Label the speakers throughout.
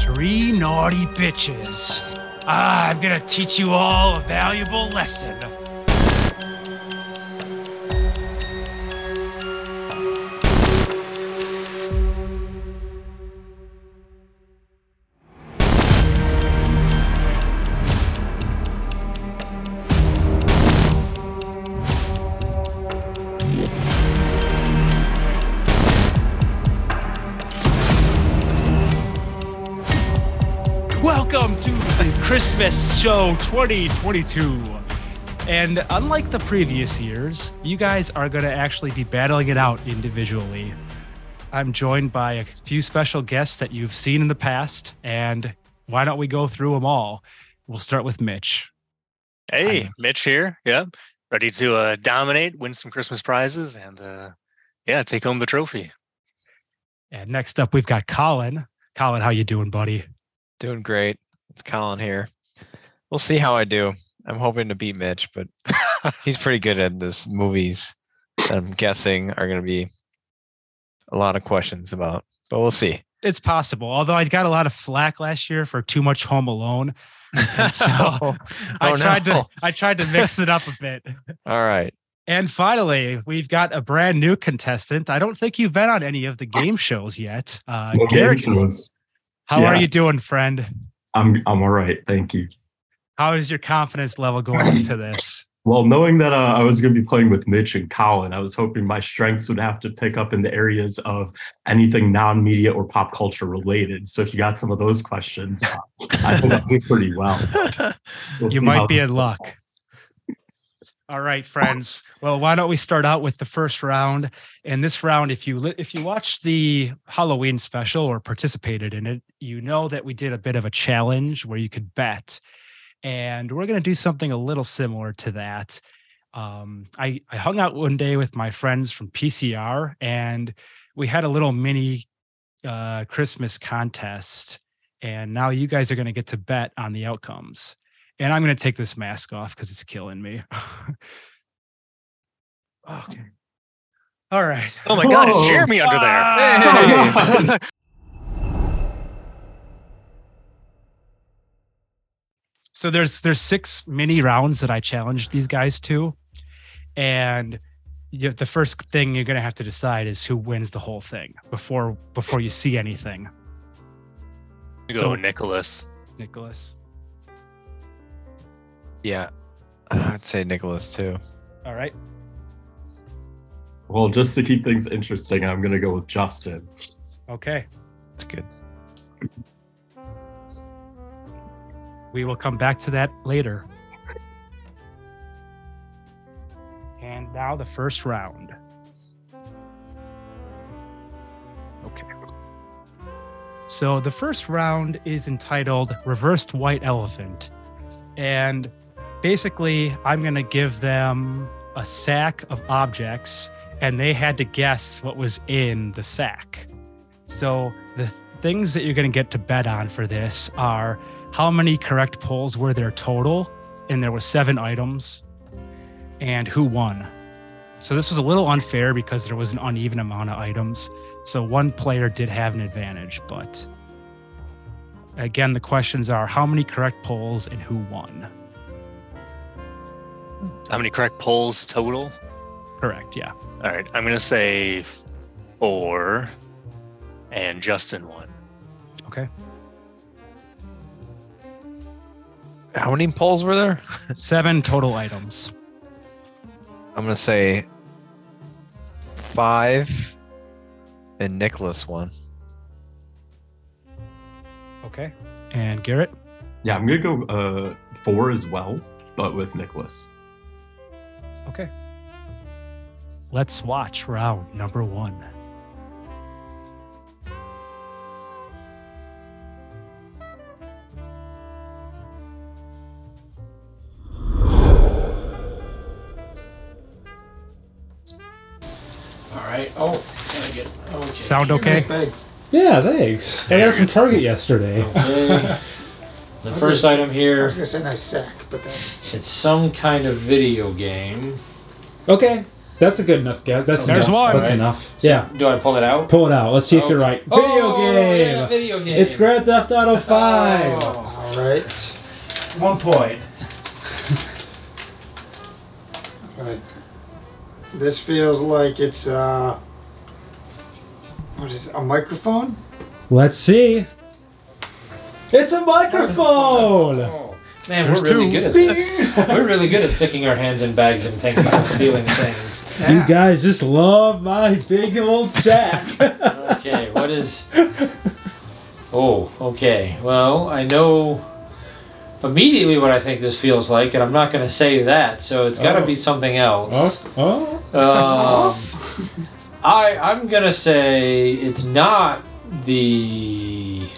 Speaker 1: three naughty bitches. Ah, I'm gonna teach you all a valuable lesson. Welcome to the Christmas Show 2022. And unlike the previous years, you guys are going to actually be battling it out individually. I'm joined by a few special guests that you've seen in the past, and why don't we go through them all? We'll start with Mitch.
Speaker 2: Hey,
Speaker 1: know.
Speaker 2: Mitch here. Yep. Ready to uh, dominate, win some Christmas prizes, and uh, yeah, take home the trophy.
Speaker 1: And next up, we've got Colin. Colin, how you doing, buddy?
Speaker 3: Doing great. It's Colin here. We'll see how I do. I'm hoping to beat Mitch, but he's pretty good at this movies that I'm guessing are going to be a lot of questions about, but we'll see.
Speaker 1: It's possible. Although I got a lot of flack last year for too much Home Alone, and so
Speaker 3: Oh,
Speaker 1: I
Speaker 3: oh
Speaker 1: tried to
Speaker 3: no.
Speaker 1: I tried to mix it up a bit.
Speaker 3: All right.
Speaker 1: And finally, we've got a brand new contestant. I don't think you've been on any of the game shows yet. Uh,
Speaker 4: Well,
Speaker 1: Garrett,
Speaker 4: game shows.
Speaker 1: how are
Speaker 4: yeah.
Speaker 1: you doing, friend?
Speaker 4: I'm I'm all right, thank you.
Speaker 1: How is your confidence level going into this?
Speaker 4: Well, knowing that uh, I was going to be playing with Mitch and Colin, I was hoping my strengths would have to pick up in the areas of anything non-media or pop culture related. So if you got some of those questions, uh, I think I did pretty well. We'll
Speaker 1: You
Speaker 4: see how
Speaker 1: might be
Speaker 4: this-
Speaker 1: in luck. All right, friends. Well, why don't we start out with the first round? And this round, if you li- if you watched the Halloween special or participated in it, you know that we did a bit of a challenge where you could bet, and we're going to do something a little similar to that. Um, I I hung out one day with my friends from PCR, and we had a little mini uh, Christmas contest. And now you guys are going to get to bet on the outcomes and I'm gonna take this mask off because it's killing me. okay. All right.
Speaker 2: Oh my God, it's
Speaker 4: Whoa.
Speaker 2: Jeremy under
Speaker 1: Ah!
Speaker 2: there.
Speaker 1: So there's there's six mini rounds that I challenged these guys to, and you the first thing you're gonna have to decide is who wins the whole thing before before you see anything.
Speaker 2: Go,
Speaker 1: So-
Speaker 2: Nicholas.
Speaker 1: Nicholas.
Speaker 3: Yeah. I'd say Nicholas too.
Speaker 1: All right.
Speaker 4: Well, just to keep things interesting, I'm going to go with Justin.
Speaker 1: Okay.
Speaker 3: It's good.
Speaker 1: We will come back to that later. And now the first round. Okay. So the first round is entitled Reversed White Elephant. And basically, I'm going to give them a sack of objects, and they had to guess what was in the sack. So the things that you're going to get to bet on for this are how many correct polls were there total and there were seven items and who won so this was a little unfair because there was an uneven amount of items so one player did have an advantage but again the questions are how many correct polls and who won
Speaker 2: How many correct polls total?
Speaker 1: correct yeah
Speaker 2: All right, I'm gonna say four, and Justin one.
Speaker 3: How many polls were there?
Speaker 1: seven total items
Speaker 3: I'm going to say five and Nicholas one.
Speaker 1: okay and garrett
Speaker 4: Yeah, I'm going to go uh, four as well, but with Nicholas.
Speaker 1: okay let's watch round number one
Speaker 5: All right. Oh, I get. Okay.
Speaker 1: Sound okay?
Speaker 5: Big.
Speaker 6: Yeah, thanks. I got it from Target yesterday.
Speaker 5: Hey,
Speaker 6: The
Speaker 5: Okay.
Speaker 6: first item
Speaker 5: I was
Speaker 6: here,
Speaker 5: gonna say nice sack, but that's
Speaker 6: it's some kind of video game. Okay. That's a good enough guess. That's
Speaker 1: There's
Speaker 6: enough.
Speaker 1: one.
Speaker 6: That's
Speaker 5: Right.
Speaker 6: enough. Yeah.
Speaker 5: Do I pull it out?
Speaker 6: Pull it out. Let's see if you're right.
Speaker 5: Oh,
Speaker 6: Video
Speaker 5: yeah,
Speaker 6: game.
Speaker 5: video game.
Speaker 6: It's Grand Theft Auto Five.
Speaker 5: Oh.
Speaker 7: All right.
Speaker 5: One point.
Speaker 7: All right. This feels like it's uh, what is it, a microphone?
Speaker 6: Let's see. It's a microphone.
Speaker 5: Oh. Man,
Speaker 1: There's
Speaker 5: we're really
Speaker 1: two.
Speaker 5: good at this. we're really good at sticking our hands in bags and thinking about feeling things.
Speaker 6: You guys just love my big old sack.
Speaker 5: Okay, what is. Oh, okay. Well, I know immediately what I think this feels like, and I'm not going to say that, so it's got to
Speaker 6: Oh.
Speaker 5: be something else.
Speaker 6: Oh, oh.
Speaker 5: Um, I, I'm going to say it's not the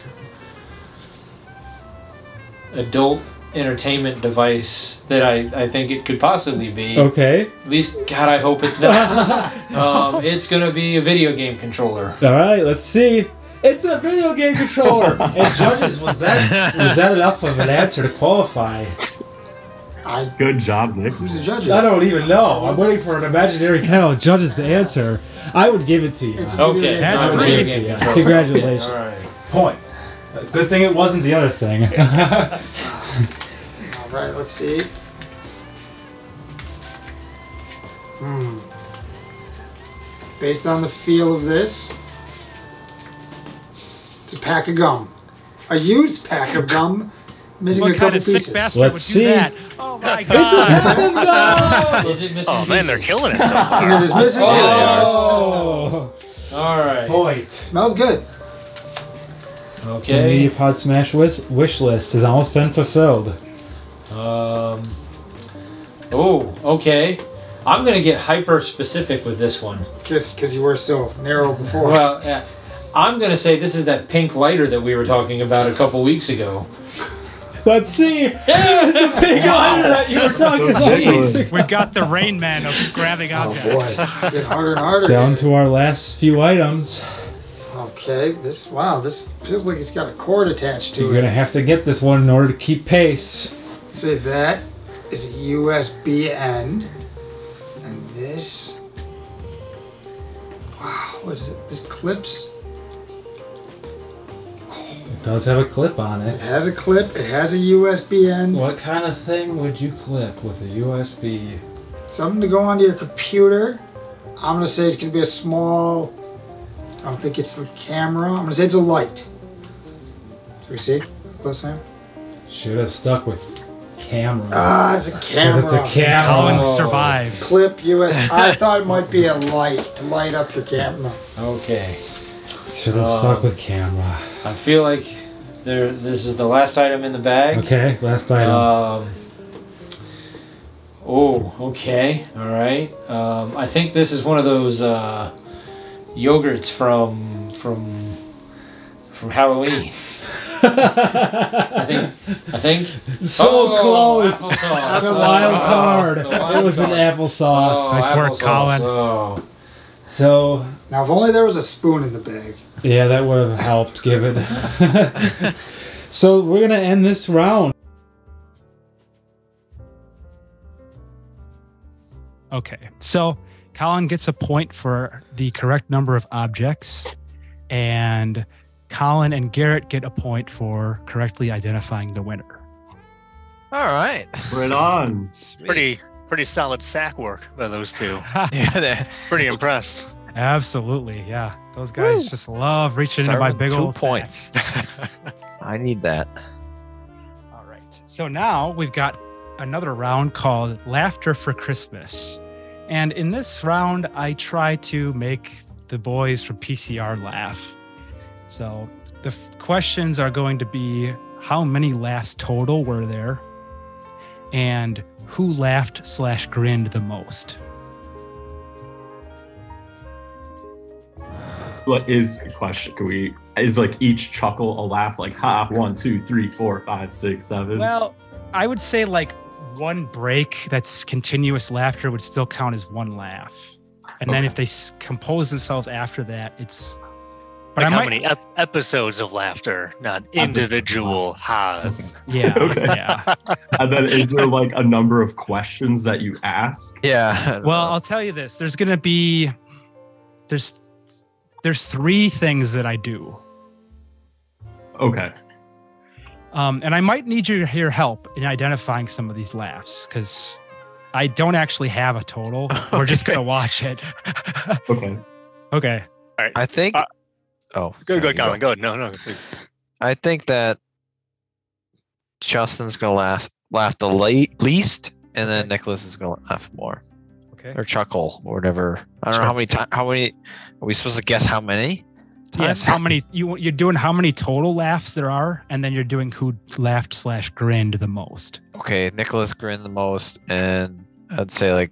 Speaker 5: adult entertainment device that I, I think it could possibly be.
Speaker 6: Okay.
Speaker 5: At least, God, I hope it's not. um, it's going to be a video game controller.
Speaker 6: All right. Let's see. It's a video game controller. and judges, was that was that enough of an answer to qualify?
Speaker 7: I.
Speaker 4: Good job, Nick.
Speaker 7: Who's the judges?
Speaker 6: I don't even know. I'm waiting for an imaginary panel of judges to answer. I would give it to you.
Speaker 7: It's a video
Speaker 5: Okay,
Speaker 7: game.
Speaker 1: That's
Speaker 5: not a
Speaker 1: three.
Speaker 5: video
Speaker 1: great.
Speaker 5: game
Speaker 6: Yeah,
Speaker 5: controller.
Speaker 6: Congratulations.
Speaker 5: All right.
Speaker 6: Point. Good thing it wasn't the other thing.
Speaker 7: All right. Let's see. Hmm. Based on the feel of this, it's a pack of gum, a used pack of gum, missing
Speaker 1: What
Speaker 7: a
Speaker 1: kind
Speaker 7: couple
Speaker 1: of
Speaker 7: pieces.
Speaker 1: sick bastard
Speaker 6: Let's
Speaker 1: would do
Speaker 6: see.
Speaker 1: that? Oh my god!
Speaker 5: Is it missing
Speaker 2: Oh man, they're
Speaker 5: pieces?
Speaker 2: killing it so
Speaker 7: And then
Speaker 2: far.
Speaker 7: there's missing
Speaker 5: Oh.
Speaker 7: pieces.
Speaker 6: oh,
Speaker 5: All
Speaker 1: Oh.
Speaker 5: right.
Speaker 6: point.
Speaker 7: Smells good.
Speaker 6: The
Speaker 5: Okay.
Speaker 6: Mediapod Smash wish, wish list has almost been fulfilled.
Speaker 5: Um. Oh, okay. I'm gonna get hyper specific with this one.
Speaker 7: Just because you were so narrow before.
Speaker 5: Well, yeah. I'm gonna say this is that pink lighter that we were talking about a couple weeks ago.
Speaker 6: Let's see. It was the big honor that you were talking
Speaker 4: Jeez.
Speaker 6: about.
Speaker 1: We've got the rain man of grabbing
Speaker 7: oh boy,
Speaker 1: objects.
Speaker 7: it's getting harder and harder.
Speaker 6: Down
Speaker 7: here.
Speaker 6: to our last few items.
Speaker 7: Okay, this wow, this feels like it's got a cord attached to
Speaker 6: You're
Speaker 7: it.
Speaker 6: gonna have to get this one in order to keep pace.
Speaker 7: Say that is a USB end, and this. Wow, what is it? This clips.
Speaker 6: It does have a clip on
Speaker 7: It
Speaker 6: it.
Speaker 7: has a clip. It has a USB end.
Speaker 6: What kind of thing would you clip with a USB?
Speaker 7: Something to go onto your computer. I'm gonna say it's gonna be a small. I don't think it's the camera. I'm gonna say it's a light. Do we see? Close time.
Speaker 6: Should have stuck with camera.
Speaker 7: Ah, it's a camera.
Speaker 6: 'Cause it's a camera.
Speaker 1: Colin
Speaker 5: Oh.
Speaker 1: survives.
Speaker 7: Clip US. I thought it might be a light to light up your camera.
Speaker 5: Okay.
Speaker 6: Should have stuck with camera.
Speaker 5: I feel like there. This is the last item in the bag.
Speaker 6: Okay, last item.
Speaker 5: Um, oh, okay. All right. Um, I think this is one of those uh, yogurts from from from Halloween. I think. I think.
Speaker 6: so
Speaker 5: Oh,
Speaker 6: close.
Speaker 5: applesauce.
Speaker 6: On a
Speaker 5: Oh,
Speaker 6: wild
Speaker 5: oh,
Speaker 6: card.
Speaker 5: the wild
Speaker 6: It was an
Speaker 5: card.
Speaker 6: applesauce.
Speaker 1: Nice work,
Speaker 5: applesauce.
Speaker 1: Colin.
Speaker 5: Oh.
Speaker 6: So
Speaker 7: Now, if only there was a spoon in the bag.
Speaker 6: yeah, that would have helped. Give it. so we're gonna end this round.
Speaker 1: Okay. So Colin gets a point for the correct number of objects, and Colin and Garrett get a point for correctly identifying the winner.
Speaker 3: All right.
Speaker 4: Right on.
Speaker 3: Sweet.
Speaker 2: Pretty pretty solid sack work by those two.
Speaker 3: Yeah, that-
Speaker 2: Pretty impressed.
Speaker 1: Absolutely. Yeah. Those guys just love reaching into my
Speaker 3: serving
Speaker 1: big
Speaker 3: two
Speaker 1: old sack.
Speaker 3: points. I need that.
Speaker 1: All right. So now we've got another round called Laughter for Christmas. And in this round, I try to make the boys from PCR laugh. So the f- questions are going to be how many laughs total were there? And who laughed slash grinned the most?
Speaker 4: What is the question? Can we is like each chuckle a laugh? Like ha, one, two, three, four, five, six, seven.
Speaker 1: Well, I would say like one break that's continuous laughter would still count as one laugh. And then if they s- compose themselves after that, it's But
Speaker 2: like
Speaker 1: I
Speaker 2: how
Speaker 1: might-
Speaker 2: many ep- episodes of laughter, not individual ha's.
Speaker 1: Yeah,
Speaker 4: Okay.
Speaker 1: yeah.
Speaker 4: And then is there like a number of questions that you ask?
Speaker 3: Yeah.
Speaker 1: Well, I'll tell you this. There's gonna be there's there's three things that I do.
Speaker 4: Okay.
Speaker 1: Um, and I might need your your help in identifying some of these laughs because I don't actually have a total. We're just gonna watch it.
Speaker 4: Okay.
Speaker 1: okay.
Speaker 3: I think.
Speaker 2: Uh,
Speaker 3: oh,
Speaker 2: Go,
Speaker 3: sorry,
Speaker 2: go,
Speaker 3: you
Speaker 2: Colin. Go. No, no, please.
Speaker 3: I think that Justin's gonna laugh laugh the late, least, and then Nicholas is gonna laugh more
Speaker 1: Okay.
Speaker 3: or chuckle or whatever. I don't know how many times. How many? Are we supposed to guess how many?
Speaker 1: Yes.
Speaker 3: times?
Speaker 1: How many you you're doing? How many total laughs there are, and then you're doing who laughed slash grinned the most.
Speaker 3: Okay, Nicholas grinned the most, and I'd say like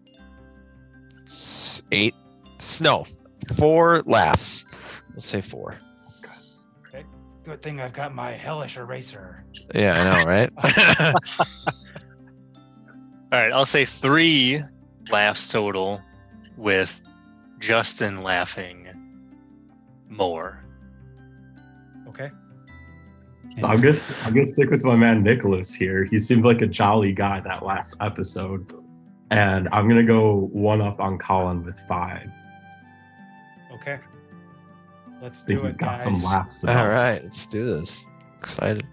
Speaker 3: s- eight. s- No, four laughs. We'll say four.
Speaker 1: Good thing I've got my hellish eraser.
Speaker 3: Yeah, I know, right?
Speaker 2: All right, I'll say three laughs total, with Justin laughing more.
Speaker 1: Okay.
Speaker 4: So I'm gonna I'm gonna stick with my man Nicholas here. He seemed like a jolly guy that last episode, and I'm gonna go one up on Colin with five.
Speaker 1: Okay. Let's
Speaker 4: I think he's got some laughs. in
Speaker 3: All
Speaker 4: him.
Speaker 3: right, let's do this. Excited.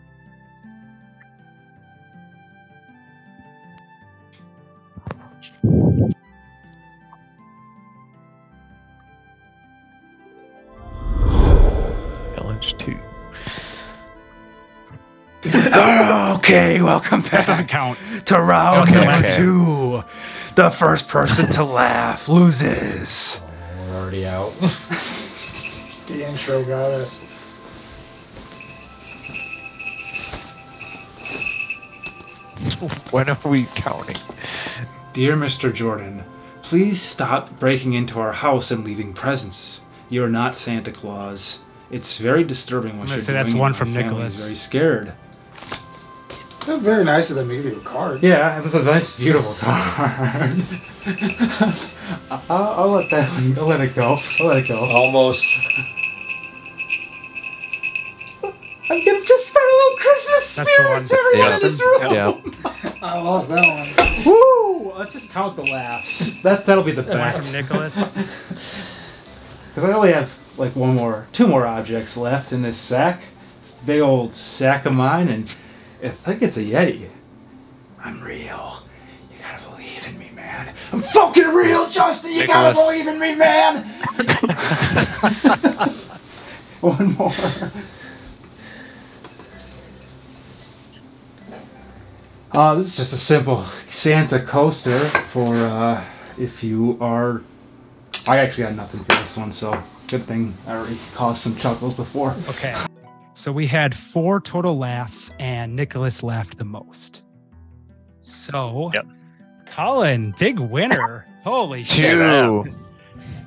Speaker 3: Village two.
Speaker 8: okay, welcome
Speaker 1: That doesn't
Speaker 8: back
Speaker 1: count.
Speaker 8: to round
Speaker 3: Okay,
Speaker 8: number
Speaker 3: okay.
Speaker 8: two. The first person to laugh loses.
Speaker 6: We're already out.
Speaker 7: The intro got us.
Speaker 3: When are we counting?
Speaker 8: Dear Mr. Jordan, please stop breaking into our house and leaving presents. You're not Santa Claus. It's very disturbing what
Speaker 1: gonna
Speaker 8: you're
Speaker 1: say
Speaker 8: doing.
Speaker 1: that's one
Speaker 8: and
Speaker 1: from
Speaker 8: my family
Speaker 1: Nicholas.
Speaker 8: is Very scared.
Speaker 7: That's very nice of them to give you a card.
Speaker 6: Yeah, it was a nice, beautiful card. I'll, I'll let that. One, I'll let it go. I'll let it go. Almost. I'm gonna just spread a little Christmas
Speaker 1: That's the
Speaker 6: spirit
Speaker 1: one.
Speaker 6: to everyone in this room.
Speaker 3: Yeah.
Speaker 7: I lost that one.
Speaker 6: Woo! Let's just count the laughs. That's that'll be the
Speaker 1: One
Speaker 6: best.
Speaker 1: from Nicholas.
Speaker 6: Because I only have like one more, two more objects left in this sack. This big old sack of mine, and I think it's a Yeti. I'm real. You gotta believe in me, man. I'm fucking real, Justin. You
Speaker 2: Nicholas.
Speaker 6: gotta believe in me, man. one more. Uh, this is just a simple Santa coaster for uh, if you are I actually got nothing for this one, so good thing I already caused some chuckles before.
Speaker 1: Okay. So we had four total laughs, and Nicholas laughed the most. So,
Speaker 2: Yep.
Speaker 1: Colin, big winner. Holy shit.
Speaker 3: Two.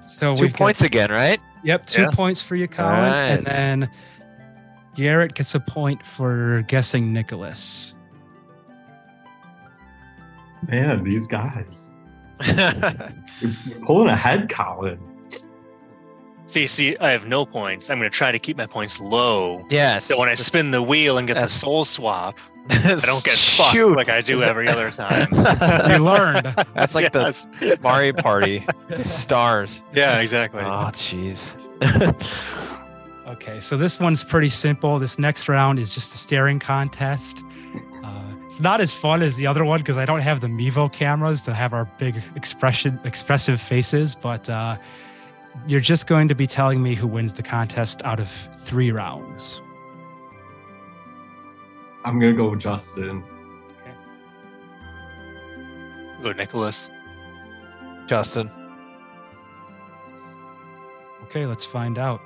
Speaker 1: So
Speaker 3: Two
Speaker 1: we've
Speaker 3: points again, right?
Speaker 1: Got, yep, two
Speaker 2: Yeah.
Speaker 1: points for you, Colin.
Speaker 3: Alright.
Speaker 1: And then Garrett gets a point for guessing Nicholas.
Speaker 4: Man, these guys. You're you're pulling ahead, Colin.
Speaker 2: See, see, I have no points. I'm gonna try to keep my points low.
Speaker 3: yes.
Speaker 2: So when I spin the wheel and get the
Speaker 3: That's-
Speaker 2: soul swap, I don't get fucked like I do every other time.
Speaker 1: We learned.
Speaker 3: That's like the
Speaker 2: Yes.
Speaker 3: Mario Party. The stars.
Speaker 2: Yeah, exactly.
Speaker 3: Oh, jeez.
Speaker 1: Okay, so this one's pretty simple. This next round is just a staring contest. Uh, it's not as fun as the other one because I don't have the Mevo cameras to have our big expression, expressive faces. But uh, you're just going to be telling me who wins the contest out of three rounds.
Speaker 4: I'm gonna go with Justin.
Speaker 2: Go, Nicholas.
Speaker 3: Justin.
Speaker 1: Okay, let's find out.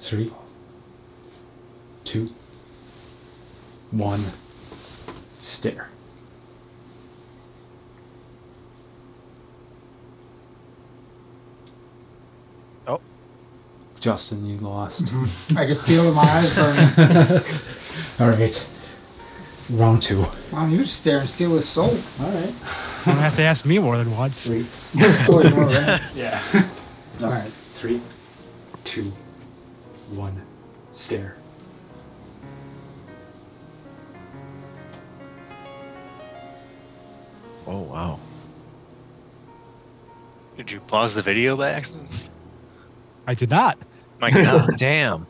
Speaker 6: Three, two, one, stare. Justin, you lost.
Speaker 7: I could feel my eyes burning.
Speaker 6: All right. Round two. All
Speaker 7: Mom, you just stare and steal his soul.
Speaker 6: right.
Speaker 1: You don't have to ask me more than once.
Speaker 6: Three.
Speaker 7: Oh, you know that.
Speaker 6: Yeah. All right. Three, two, one. Stare.
Speaker 3: Oh wow.
Speaker 2: Did you pause the video by accident?
Speaker 1: I did not.
Speaker 2: My God.
Speaker 3: Damn.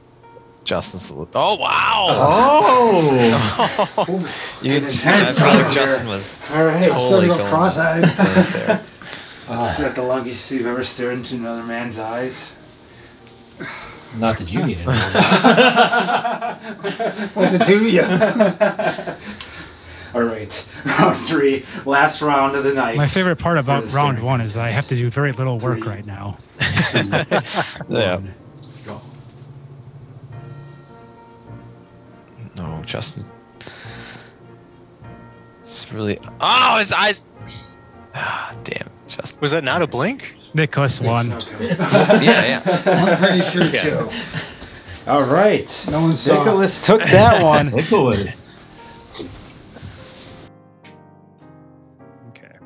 Speaker 3: Justin's. a li- Oh wow.
Speaker 4: Oh,
Speaker 3: you,
Speaker 6: An
Speaker 3: I
Speaker 6: intense
Speaker 3: promise
Speaker 6: one
Speaker 3: Justin was
Speaker 6: All right.
Speaker 7: I
Speaker 3: Holy
Speaker 7: started to go
Speaker 3: God.
Speaker 7: cross-eyed.
Speaker 3: right there.
Speaker 5: Ah.
Speaker 6: Is that the longest you've ever stared into another man's eyes?
Speaker 5: Not that you need it.
Speaker 7: What's it to you?
Speaker 6: All right. Round three. Last round of the night.
Speaker 1: My favorite part about
Speaker 6: the
Speaker 1: round
Speaker 6: story.
Speaker 1: one is I have to do very little work
Speaker 6: Three.
Speaker 1: right now.
Speaker 3: Yeah.
Speaker 6: Go.
Speaker 3: No, Justin. It's really. Oh, his eyes. Ah, damn, Justin.
Speaker 2: Was that not a blink?
Speaker 1: Nicholas won.
Speaker 6: Okay.
Speaker 3: Yeah, yeah.
Speaker 7: I'm pretty sure too.
Speaker 6: All right.
Speaker 7: No one saw. it.
Speaker 6: Nicholas took that one.
Speaker 4: Nicholas.
Speaker 2: Okay.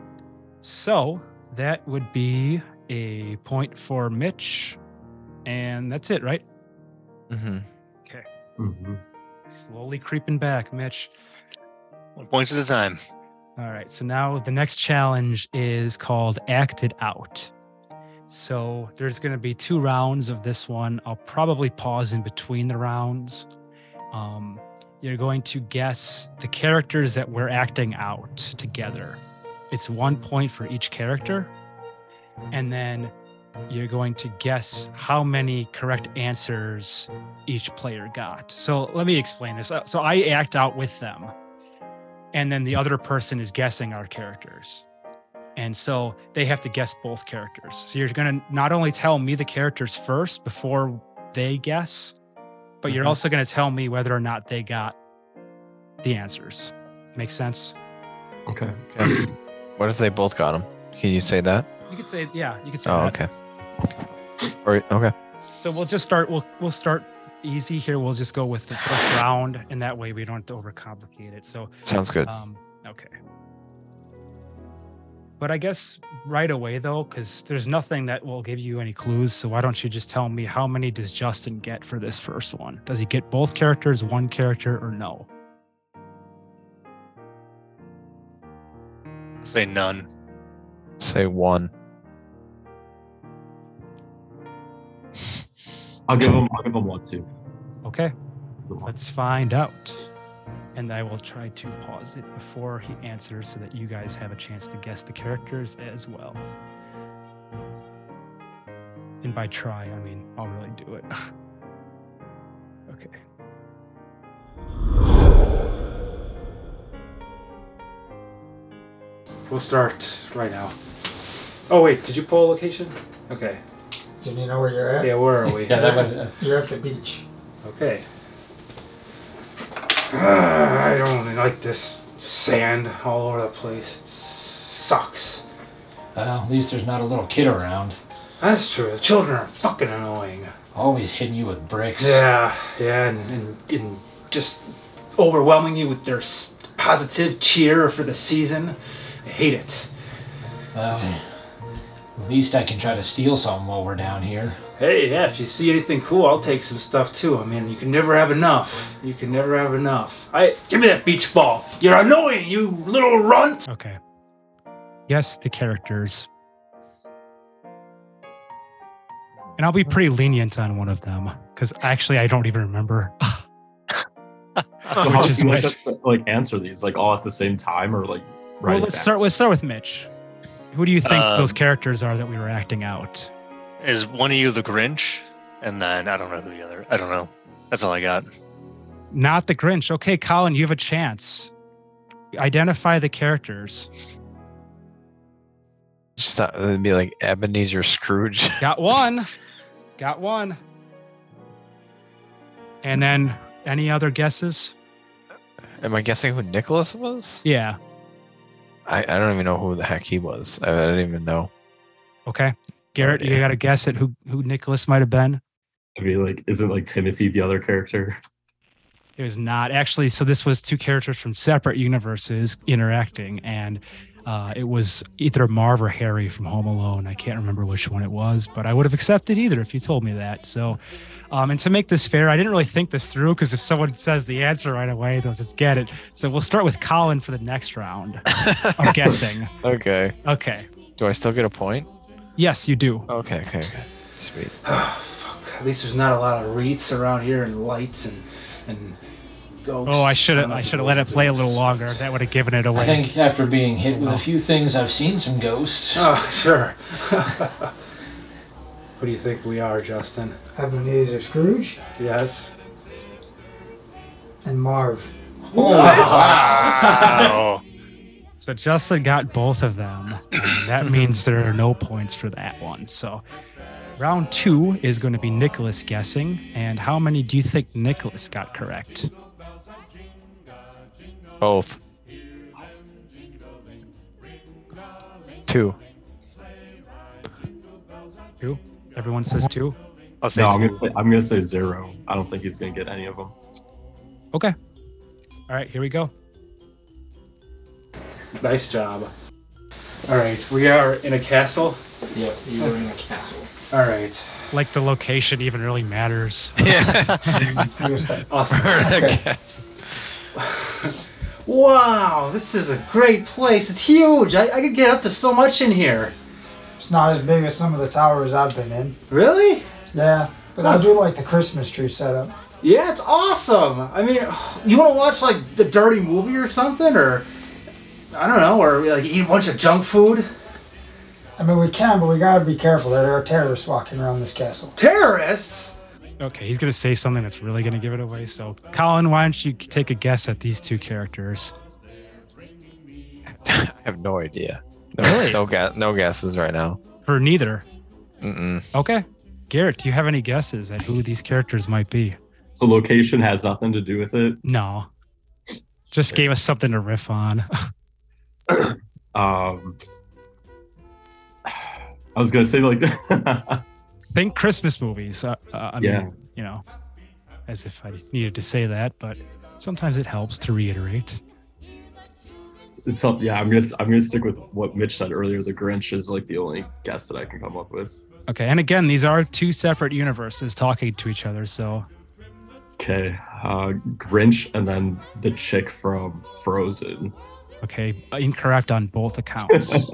Speaker 1: So that would be a point for Mitch. And that's it, right?
Speaker 3: hmm
Speaker 4: Mhm.
Speaker 1: Slowly creeping back, Mitch.
Speaker 2: One points at a time.
Speaker 1: All right. So now the next challenge is called Acted Out. So there's going to be two rounds of this one. I'll probably pause in between the rounds. Um, you're going to guess the characters that we're acting out together. It's one point for each character. And then you're going to guess how many correct answers each player got. So let me explain this. Uh, So I act out with them and then the other person is guessing our characters. And so they have to guess both characters. So you're going to not only tell me the characters first before they guess, but you're also going to tell me whether or not they got the answers. Make sense?
Speaker 4: Okay.
Speaker 3: Okay. what if they both got him? Can you say that?
Speaker 1: You could say, yeah, you could say.
Speaker 3: Oh,
Speaker 1: that.
Speaker 3: okay. Or okay.
Speaker 1: So we'll just start. We'll we'll start easy here. We'll just go with the first round, and that way we don't have to overcomplicate it. So
Speaker 3: Sounds good.
Speaker 1: Um, okay. But I guess right away though, because there's nothing that will give you any clues. So why don't you just tell me how many does Justin get for this first one? Does he get both characters, one character, or no?
Speaker 2: Say none.
Speaker 3: Say one.
Speaker 4: I'll give him. I'll give him one too.
Speaker 1: Okay, let's find out. And I will try to pause it before he answers so that you guys have a chance to guess the characters as well. And by try, I mean I'll really do it. okay.
Speaker 6: We'll start right now. Oh wait, did you pull a location? Okay.
Speaker 7: Do you know where you're at?
Speaker 6: Yeah, where are we?
Speaker 5: Yeah, that would.
Speaker 7: You're at the beach.
Speaker 6: Okay. Ah, I don't really like this sand all over the place. It sucks.
Speaker 5: Well, at least there's not a little kid around,
Speaker 6: That's true. The children are fucking annoying.
Speaker 5: always hitting you with bricks.
Speaker 6: Yeah, yeah, and, and, and just overwhelming you with their s- positive cheer for the season. I hate it.
Speaker 5: Well, at least I can try to steal something while we're down here.
Speaker 6: Hey, yeah, if you see anything cool, I'll take some stuff too. I mean, you can never have enough. You can never have enough. I give me that beach ball. You're annoying, you little runt.
Speaker 1: Okay. Yes, the characters. And I'll be pretty lenient on one of them because actually I don't even remember.
Speaker 4: So how
Speaker 3: Oh,
Speaker 1: Which is
Speaker 4: do you
Speaker 1: which?
Speaker 4: like, us to, like answer these like all at the same time or like right?
Speaker 1: well,
Speaker 4: at
Speaker 1: let's
Speaker 4: that?
Speaker 1: start. Let's start with Mitch. Who do you think those
Speaker 2: Um,
Speaker 1: characters are that we were acting out?
Speaker 2: Is one of you the Grinch? And then I don't know who the other. I don't know. That's all I got.
Speaker 1: Not the Grinch. Okay, Colin, you have a chance. Identify the characters.
Speaker 3: Just thought it'd be like Ebenezer Scrooge.
Speaker 1: Got one. Got one. And then any other guesses?
Speaker 3: Am I guessing who Nicholas was?
Speaker 1: Yeah.
Speaker 3: I, I don't even know who the heck he was. I, I don't even know.
Speaker 1: Okay. Garrett, you
Speaker 3: idea.
Speaker 1: got to guess at who who Nicholas might have been.
Speaker 4: I mean, like, isn't like Timothy the other character?
Speaker 1: It was not actually. So this was two characters from separate universes interacting, and uh, it was either Marv or Harry from Home Alone. I can't remember which one it was, but I would have accepted either if you told me that. So, um, and to make this fair, I didn't really think this through because if someone says the answer right away, they'll just get it. So we'll start with Colin for the next round. I'm guessing.
Speaker 3: Okay.
Speaker 1: Okay.
Speaker 3: Do I still get a point?
Speaker 1: Yes, you do.
Speaker 3: Okay. Okay. okay. Sweet.
Speaker 6: Fuck. At least there's not a lot of wreaths around here and lights and and ghosts.
Speaker 1: Oh, I should have. I should have let it play a little longer. That would have given it away.
Speaker 5: I think after being hit
Speaker 1: Oh.
Speaker 5: with a few things, I've seen some ghosts.
Speaker 6: Oh, sure. Who do you think we are, Justin?
Speaker 7: Ebenezer Scrooge
Speaker 6: Yes.
Speaker 7: and Marv.
Speaker 2: Wow.
Speaker 1: So Justin got both of them. and that means there are no points for that one. So round two is going to be Nicholas guessing. And how many do you think Nicholas got correct?
Speaker 3: Both. Two.
Speaker 1: Two. Everyone says two.
Speaker 2: I'll say
Speaker 4: No, I'm
Speaker 2: two.
Speaker 4: gonna say I'm gonna say zero. I don't think he's gonna get any of them.
Speaker 1: Okay. All right, here we go.
Speaker 6: Nice job. All right, we are in a castle.
Speaker 5: Yep, you were in a castle.
Speaker 6: All right.
Speaker 1: Like the location even really matters.
Speaker 7: Here's that.
Speaker 6: Awesome.
Speaker 3: Yes.
Speaker 6: Wow, this is a great place. It's huge. I, I could get up to so much in here.
Speaker 7: It's not as big as some of the towers I've been in.
Speaker 6: Really?
Speaker 7: Yeah, but I do like the Christmas tree setup.
Speaker 6: Yeah, it's awesome. I mean, you want to watch like the dirty movie or something, or I don't know, or like eat a bunch of junk food.
Speaker 7: I mean, we can, but we gotta be careful. There are terrorists walking around this castle.
Speaker 6: Terrorists?
Speaker 1: Okay, he's going to say something that's really going to give it away. So, Colin, why don't you take a guess at these two characters?
Speaker 3: I have no idea. No,
Speaker 1: Really?
Speaker 3: no guess. No guesses right now.
Speaker 1: For neither.
Speaker 3: Mm-mm.
Speaker 1: Okay. Garrett, do you have any guesses at who these characters might be?
Speaker 4: So location has nothing to do with it.
Speaker 1: No. Just gave us something to riff on.
Speaker 4: Um, I was gonna say like,
Speaker 1: think Christmas movies. Uh, uh, I
Speaker 4: Yeah.
Speaker 1: mean, you know, as if I needed to say that, but sometimes it helps to reiterate.
Speaker 4: so, yeah, I'm gonna I'm gonna stick with what Mitch said earlier. The Grinch is like the only guess that I can come up with.
Speaker 1: Okay, and again, these are two separate universes talking to each other. So,
Speaker 4: Okay, uh, Grinch, and then the chick from Frozen.
Speaker 1: okay, incorrect on both accounts.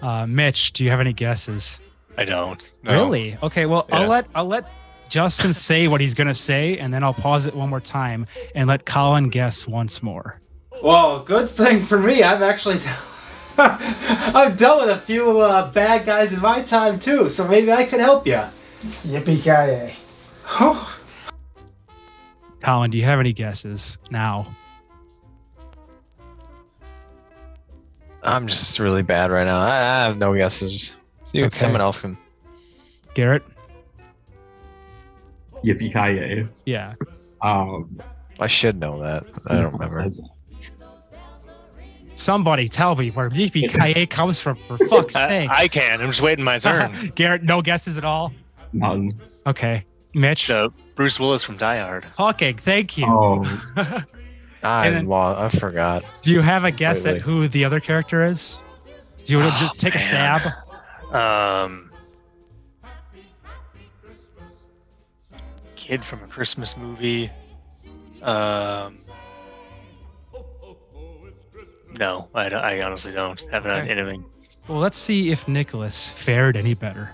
Speaker 1: uh, Mitch, do you have any guesses?
Speaker 2: I don't.
Speaker 3: No.
Speaker 1: Really? Okay. Well,
Speaker 3: Yeah.
Speaker 1: I'll let I'll let Justin say what he's gonna say, and then I'll pause it one more time and let Colin guess once more.
Speaker 6: Well, good thing for me. I've actually. I've dealt with a few uh, bad guys in my time too, so maybe I could help you.
Speaker 7: Yippee ki
Speaker 6: Oh,
Speaker 1: Colin, do you have any guesses now?
Speaker 3: I'm just really bad right now. I, I have no guesses. Dude,
Speaker 1: okay.
Speaker 3: someone else can.
Speaker 1: Garrett?
Speaker 4: Yippee ki yay!
Speaker 1: Yeah.
Speaker 4: Um,
Speaker 3: I should know that. but I don't remember.
Speaker 1: Somebody tell me where Yippee Kaye comes from, for fuck's
Speaker 2: I,
Speaker 1: sake.
Speaker 2: I can. I'm just waiting my turn.
Speaker 1: Garrett, no guesses at all?
Speaker 4: None.
Speaker 1: Okay. Mitch?
Speaker 2: uh, Bruce Willis from Die Hard.
Speaker 1: Hawking, thank you.
Speaker 4: Oh,
Speaker 3: I
Speaker 1: And then-
Speaker 3: lost. I forgot.
Speaker 1: Do you have a guess at
Speaker 3: Wait, wait.
Speaker 1: who the other character is? Do you want to
Speaker 2: Oh,
Speaker 1: just take a
Speaker 2: man.
Speaker 1: stab?
Speaker 2: Um, kid from a Christmas movie. Um, no, I, don't- I honestly don't have
Speaker 1: Okay.
Speaker 2: anything.
Speaker 1: Well, let's see if Nicholas fared any better.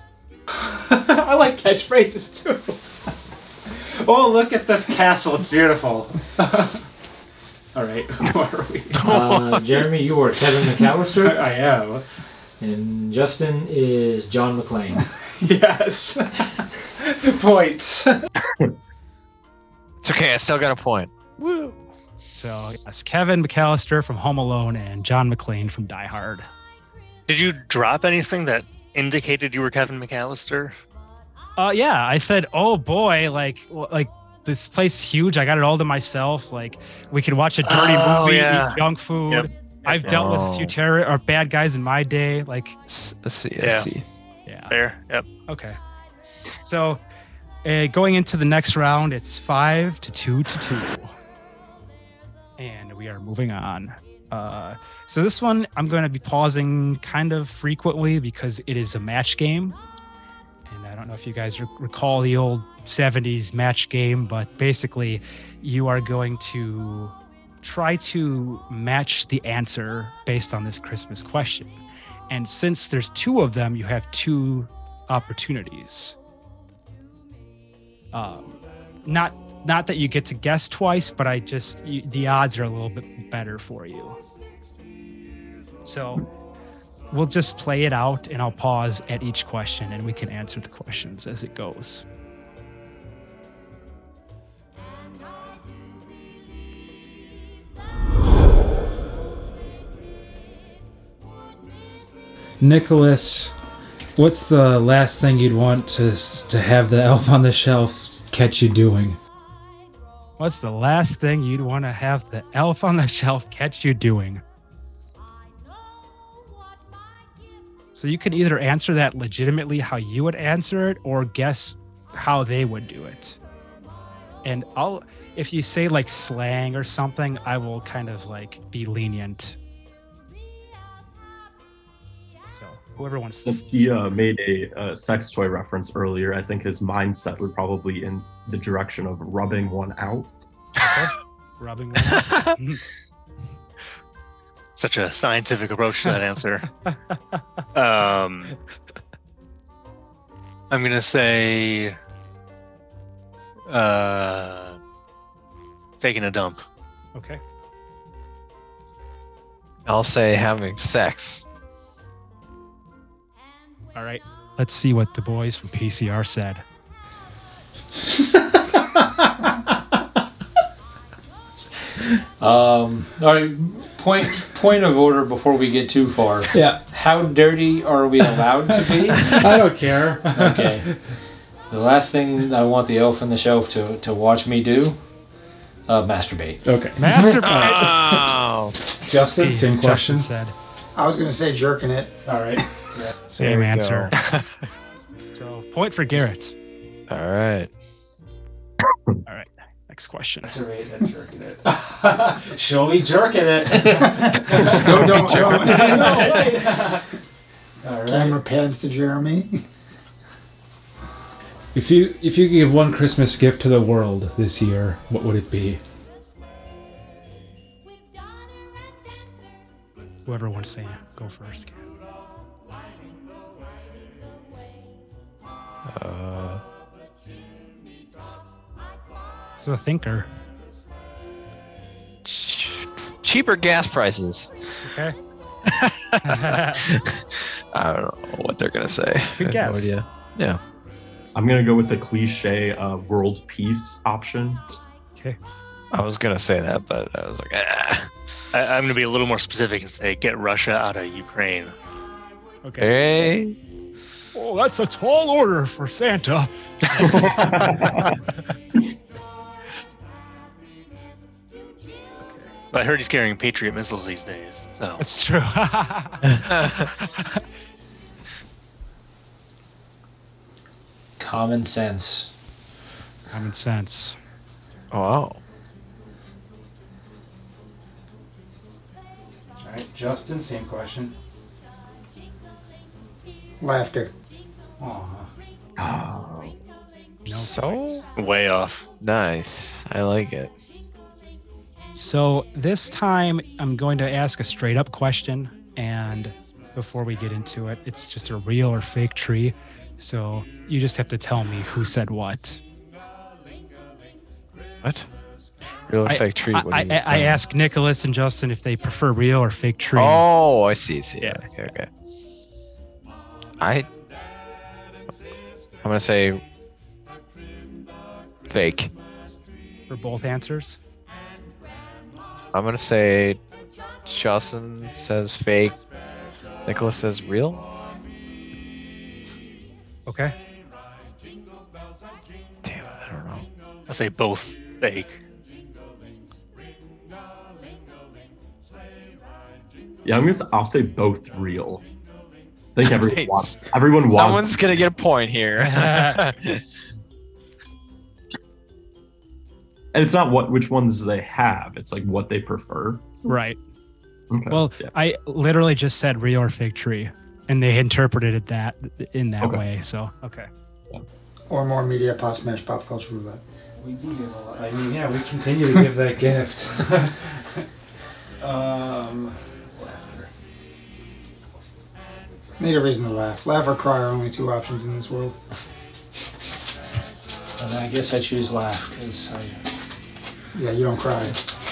Speaker 6: I like catchphrases too. oh, look at this castle. It's beautiful. All right, who are we?
Speaker 5: Uh, Jeremy, you are Kevin
Speaker 6: I,
Speaker 5: McAllister,
Speaker 6: I am.
Speaker 5: and Justin is John McClane.
Speaker 6: Yes.
Speaker 3: It's
Speaker 6: Points.
Speaker 3: okay. I still got a point.
Speaker 1: So, yes, Kevin McAllister from Home Alone and John McClane from Die Hard.
Speaker 2: Did you drop anything that indicated you were Kevin McAllister?
Speaker 1: Uh, yeah, I said, oh boy, like, like this place huge. I got it all to myself. Like, we can watch a dirty
Speaker 2: Oh,
Speaker 1: movie,
Speaker 2: yeah.
Speaker 1: eat junk food.
Speaker 2: Yep.
Speaker 1: I've dealt with a few
Speaker 3: Oh.
Speaker 1: terror or bad guys in my day. Like,
Speaker 3: S- I see. I
Speaker 2: Yeah.
Speaker 3: see.
Speaker 1: yeah,
Speaker 2: There. Yep.
Speaker 1: okay. So, Uh, going into the next round, it's five to two to two. And we are moving on. Uh, so this one, I'm going to be pausing kind of frequently because it is a match game. And I don't know if you guys re- recall the old 70s match game, but basically, you are going to try to match the answer based on this Christmas question. And since there's two of them, you have two opportunities. Um, not not that you get to guess twice, but I just you, the odds are a little bit better for you. So we'll just play it out, and I'll pause at each question, and we can answer the questions as it goes.
Speaker 5: Nicholas, what's the last thing you'd want to to have the elf on the shelf catch you doing?
Speaker 1: What's the last thing you'd want to have the elf on the shelf catch you doing? So you can either answer that legitimately how you would answer it or guess how they would do it. And I'll if you say like slang or something, I will kind of like be lenient. So whoever wants to
Speaker 4: Since he uh, made a uh, sex toy reference earlier, I think his mindset would probably in the direction of rubbing one out.
Speaker 1: rubbing one.
Speaker 2: Such a scientific approach to that answer. um, I'm gonna say, uh, taking a dump.
Speaker 1: Okay.
Speaker 3: I'll say having sex.
Speaker 1: All right. Let's see what the boys from PCR said.
Speaker 5: Um, all right, point point of order before we get too far.
Speaker 9: Yeah.
Speaker 5: How dirty are we allowed to be?
Speaker 9: I don't care.
Speaker 5: Okay. The last thing I want the elf on the shelf to, to watch me do, uh, masturbate.
Speaker 9: Okay.
Speaker 1: Masturbate.
Speaker 3: Oh,
Speaker 9: Justin, same
Speaker 1: Justin
Speaker 9: question.
Speaker 1: said.
Speaker 7: I was gonna say jerking it.
Speaker 9: All right.
Speaker 1: Same
Speaker 3: we
Speaker 1: answer. so point for Garrett.
Speaker 3: all right.
Speaker 1: Next question.
Speaker 6: Masturbate and jerking it. Show me jerking it.
Speaker 7: No, don't, don't.
Speaker 6: no, wait. All right.
Speaker 7: Camera pans to Jeremy.
Speaker 5: If you if you could give one Christmas gift to the world this year, what would it be?
Speaker 1: Whoever wants to go first.
Speaker 3: Uh,
Speaker 1: This is a thinker.
Speaker 3: ch- cheaper gas prices.
Speaker 1: Okay.
Speaker 3: I don't know what they're gonna say.
Speaker 1: Good
Speaker 3: I
Speaker 1: guess.
Speaker 3: have No idea. Yeah.
Speaker 4: I'm gonna go with the cliche uh, world peace option.
Speaker 1: okay.
Speaker 3: I was gonna say that, but I was like, ah.
Speaker 2: I, I'm gonna be a little more specific and say, get Russia out of Ukraine.
Speaker 1: Okay.
Speaker 3: Hey.
Speaker 1: Oh, that's a tall order for Santa.
Speaker 2: I heard he's carrying Patriot missiles these days. So
Speaker 1: That's true.
Speaker 5: Common sense.
Speaker 1: Common sense.
Speaker 3: Wow.
Speaker 6: All right, Justin, same question.
Speaker 7: Laughter.
Speaker 6: Aw.
Speaker 4: Oh,
Speaker 1: No
Speaker 3: so
Speaker 1: points.
Speaker 2: way off.
Speaker 3: nice. I like it.
Speaker 1: So this time I'm going to ask a straight up question and before we get into it, it's just a real or fake tree. So you just have to tell me who said what.
Speaker 3: What? Real or
Speaker 1: I-
Speaker 3: fake tree?
Speaker 1: I,
Speaker 3: what
Speaker 1: I,
Speaker 3: do you-
Speaker 1: I I ask Nicholas and Justin if they prefer real or fake tree.
Speaker 3: Oh, I see. I see.
Speaker 1: Yeah.
Speaker 3: Okay. Okay. I. I'm gonna say. Fake.
Speaker 1: For both answers.
Speaker 3: I'm gonna say. Justin says fake. Nicholas says real.
Speaker 1: Okay.
Speaker 3: Damn, I don't know.
Speaker 2: I say both fake.
Speaker 4: yeah. I'm gonna. s- I'll say both real. I think everyone
Speaker 3: Nice.
Speaker 4: wants. Everyone wants.
Speaker 3: Someone's gonna get a point here.
Speaker 4: And it's not what which ones they have; it's like what they prefer.
Speaker 1: Right.
Speaker 4: Okay.
Speaker 1: Well,
Speaker 4: yeah.
Speaker 1: I literally just said real or fig tree, and they interpreted it that in that
Speaker 4: Okay.
Speaker 1: way. So okay.
Speaker 7: Or more media pot smash pop culture roulette.
Speaker 6: We do give a lot. I mean, yeah, we continue to give that gift. um,
Speaker 7: Need a reason to laugh. Laugh or cry are only two options in this world.
Speaker 6: and I guess I choose laugh because I.
Speaker 7: Yeah, you don't cry.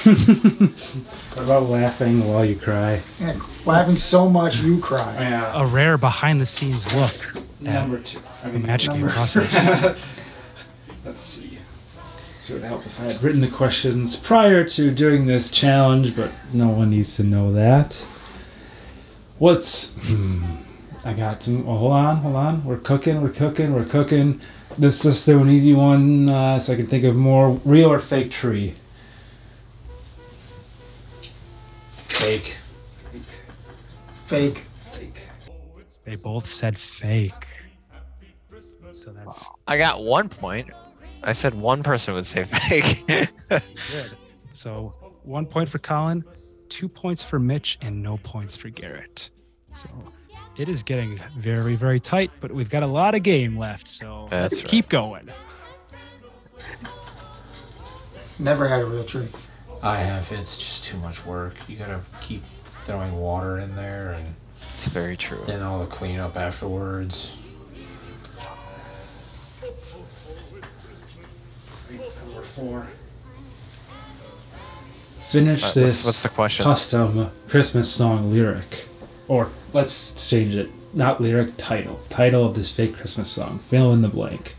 Speaker 6: What about laughing while you cry?
Speaker 7: Yeah, laughing so much you cry.
Speaker 6: Yeah.
Speaker 1: A rare behind the scenes look at
Speaker 6: Number two. I
Speaker 1: the
Speaker 6: mean,
Speaker 1: match game
Speaker 7: number-
Speaker 1: process.
Speaker 6: Let's see. It would help if I had written the questions prior to doing this challenge, but no one needs to know that. What's. Hmm, I got some. Oh, hold on, hold on. We're cooking, we're cooking, we're cooking. Let's just do an easy one uh, so I can think of more real or fake tree. Fake.
Speaker 7: Fake.
Speaker 6: Fake.
Speaker 1: They both said fake. So that's
Speaker 3: I got one point. I said one person would say fake.
Speaker 1: good. So one point for Colin, two points for Mitch, and no points for Garrett. So it is getting very, very tight, but we've got a lot of game left. So
Speaker 3: That's
Speaker 1: let's
Speaker 3: right.
Speaker 1: keep going.
Speaker 7: Never had a real tree.
Speaker 6: I have. It's just too much work. You gotta keep throwing water in there and.
Speaker 3: it's very true.
Speaker 6: And all the cleanup afterwards. Number four. Finish
Speaker 3: Alright,
Speaker 6: this
Speaker 3: Uh, what's, what's the question?
Speaker 6: custom Christmas song lyric. Or let's change it. Not lyric, title. Title of this fake Christmas song. Fill in the blank.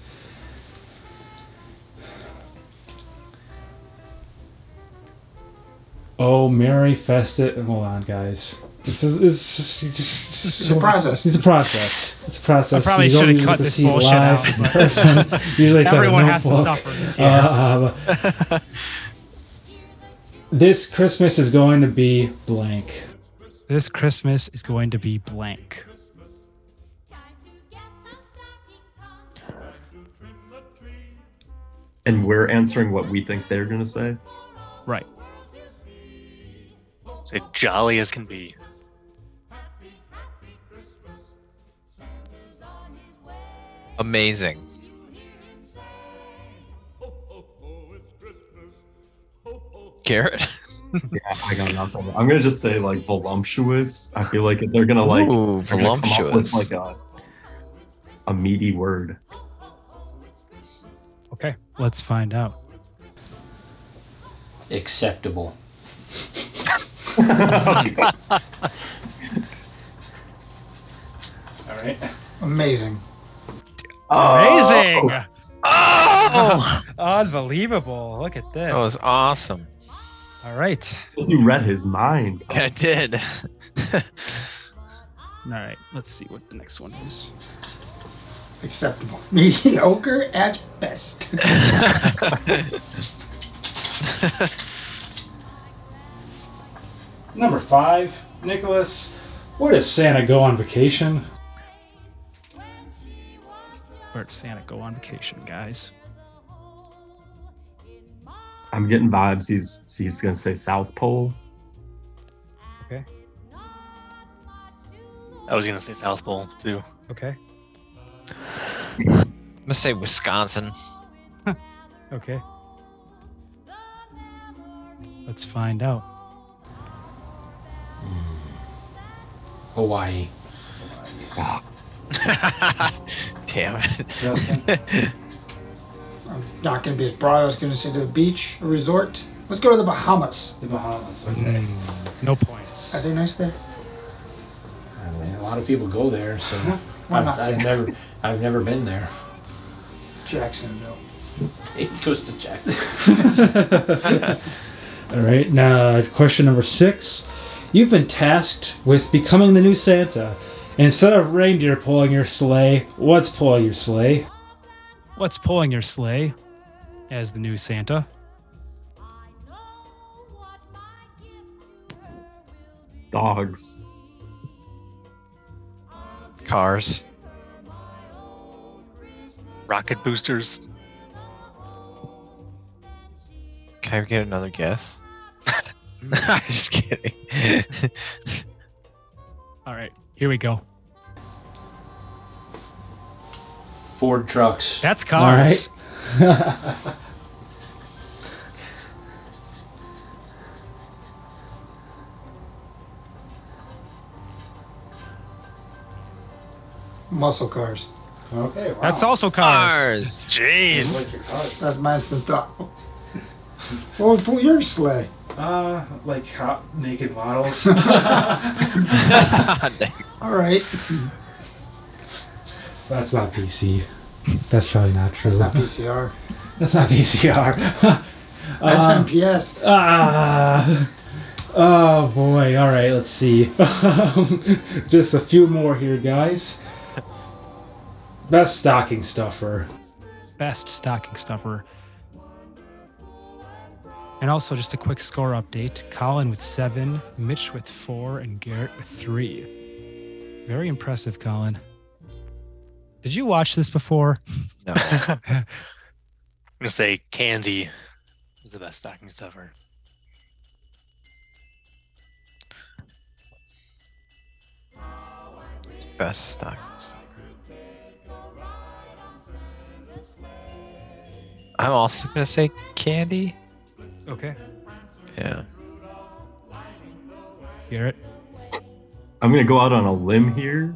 Speaker 6: Oh, Merry Festive. Hold on, guys. It's, it's just, it's just-
Speaker 7: It's a process.
Speaker 6: It's a process. It's a
Speaker 1: I
Speaker 6: process.
Speaker 1: probably
Speaker 6: You don't
Speaker 1: should have
Speaker 6: usually
Speaker 1: cut
Speaker 6: get to
Speaker 1: this
Speaker 6: see it
Speaker 1: bullshit
Speaker 6: live
Speaker 1: out.
Speaker 6: in person. Usually it's on a
Speaker 1: Everyone has to
Speaker 6: notebook.
Speaker 1: suffer this year.
Speaker 6: Um, this Christmas is going to be blank.
Speaker 1: this Christmas is going to be blank.
Speaker 4: and we're answering what we think they're gonna say.
Speaker 1: Right.
Speaker 2: Say jolly as can be.
Speaker 3: Amazing. Garrett.
Speaker 4: Yeah, I got nothing. I'm gonna just say like voluptuous. I feel like if they're gonna like
Speaker 3: Ooh,
Speaker 4: they're gonna come up with,
Speaker 3: voluptuous.
Speaker 4: like a a meaty word.
Speaker 1: Okay, let's find out.
Speaker 6: Acceptable. All right.
Speaker 7: Amazing.
Speaker 4: Oh,
Speaker 1: Amazing!
Speaker 3: Oh,
Speaker 1: Unbelievable. Look at this.
Speaker 3: that was awesome.
Speaker 1: All right.
Speaker 4: You read his mind.
Speaker 3: I did.
Speaker 1: All right. Let's see what the next one is.
Speaker 7: Acceptable. Mediocre at best.
Speaker 6: Number five, Nicholas. Where does Santa go on vacation?
Speaker 1: Where did Santa go on vacation, guys?
Speaker 4: I'm getting vibes. He's he's gonna say South Pole.
Speaker 2: I was gonna say South Pole too.
Speaker 1: Okay.
Speaker 3: I'm gonna say Wisconsin.
Speaker 1: Okay. Let's find out.
Speaker 6: Hawaii.
Speaker 3: Damn it.
Speaker 6: Justin?
Speaker 7: I'm not going to be as broad. I was going to say to the beach, a resort. Let's go to the Bahamas.
Speaker 6: the Bahamas.
Speaker 9: Mm-hmm.
Speaker 1: No points.
Speaker 7: Are they nice there?
Speaker 6: I mean, a lot of people go there, so
Speaker 7: Why
Speaker 6: I've,
Speaker 7: not?
Speaker 6: I've never, I've never been there.
Speaker 7: Jacksonville.
Speaker 6: It goes to Jack. All right, now question number six. You've been tasked with becoming the new Santa. Instead of reindeer pulling your sleigh, what's pulling your sleigh?
Speaker 1: What's pulling your sleigh as the new Santa?
Speaker 4: Dogs.
Speaker 3: Cars.
Speaker 2: Rocket boosters.
Speaker 3: Can I get another guess? I'm just kidding.
Speaker 1: All right, here we go.
Speaker 5: Ford trucks.
Speaker 1: That's cars.
Speaker 7: Muscle cars.
Speaker 5: Okay. Wow.
Speaker 1: That's also cars.
Speaker 3: Cars.
Speaker 2: Jeez.
Speaker 5: Like your car.
Speaker 7: That's my instant thought. Well, pull your sleigh.
Speaker 9: Uh, like hot naked models.
Speaker 7: All right.
Speaker 9: That's not PC. That's probably not true.
Speaker 7: That's not PCR.
Speaker 9: That's not VCR.
Speaker 7: That's
Speaker 6: Uh-huh.
Speaker 9: Um,
Speaker 7: MPS.
Speaker 9: ah. Oh boy. All right. Let's see. Just a few more here, guys. Best stocking stuffer.
Speaker 1: Best stocking stuffer. And also, just a quick score update Colin with seven, Mitch with four, and Garrett with three. Very impressive, Colin. Did you watch this before?
Speaker 3: No.
Speaker 2: I'm gonna say candy is the best stocking stuffer.
Speaker 3: Best stocks. I'm also gonna say candy.
Speaker 1: Okay.
Speaker 7: Oh
Speaker 3: Yeah.
Speaker 1: Garrett?
Speaker 4: I'm going to go out on a limb here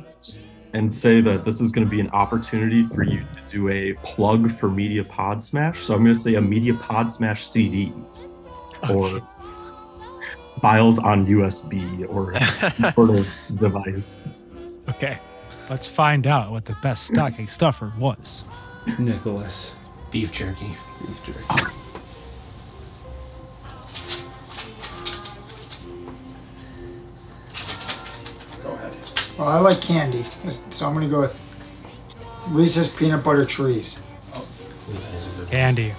Speaker 4: and say that this is going to be an opportunity for you to do a plug for Media Pod Smash. So I'm going to say a Media Pod Smash CD or files on USB or some sort of device.
Speaker 1: Okay. Let's find out what the best stocking stuffer was.
Speaker 9: Nicholas.
Speaker 5: Beef jerky.
Speaker 7: Well, I like candy, so I'm gonna go with Reese's peanut butter trees.
Speaker 5: These are good.
Speaker 1: Andy.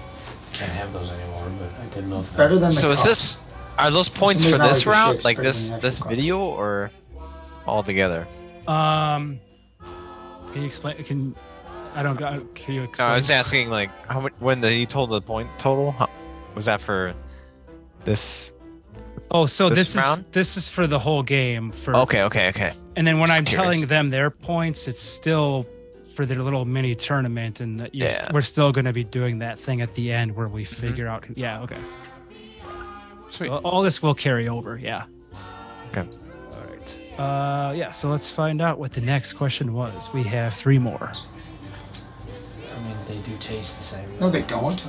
Speaker 5: Can't have those anymore, but I did love them.
Speaker 7: Better than the
Speaker 3: So is
Speaker 7: cup.
Speaker 3: this? Are those points
Speaker 7: Somebody
Speaker 3: for
Speaker 7: not
Speaker 3: this
Speaker 7: like the
Speaker 3: round,
Speaker 7: shapes,
Speaker 3: like
Speaker 7: but
Speaker 3: this
Speaker 7: the
Speaker 3: this
Speaker 7: actual
Speaker 3: video, or all together?
Speaker 1: Um, can you explain? Can I don't got? Can you
Speaker 3: No,
Speaker 1: explain?
Speaker 3: I was asking like how much when the, you told the point total. How, was that for this?
Speaker 1: oh, so
Speaker 3: this
Speaker 1: this, is
Speaker 3: round?
Speaker 1: this is for the whole game. For
Speaker 3: Okay, okay, okay.
Speaker 1: and then when
Speaker 3: Just
Speaker 1: I'm
Speaker 3: curious.
Speaker 1: telling them their points, it's still for their little mini tournament, and that yes,
Speaker 3: Yeah. Mm-hmm.
Speaker 1: we're still going to be doing that thing at the end where we figure out. Who, yeah, okay.
Speaker 3: Sweet.
Speaker 1: So all this will carry over. Yeah.
Speaker 3: Okay.
Speaker 1: All right. Uh, yeah. So let's find out what the next question was. We have three more.
Speaker 5: I mean, they do taste the same.
Speaker 7: No, they don't.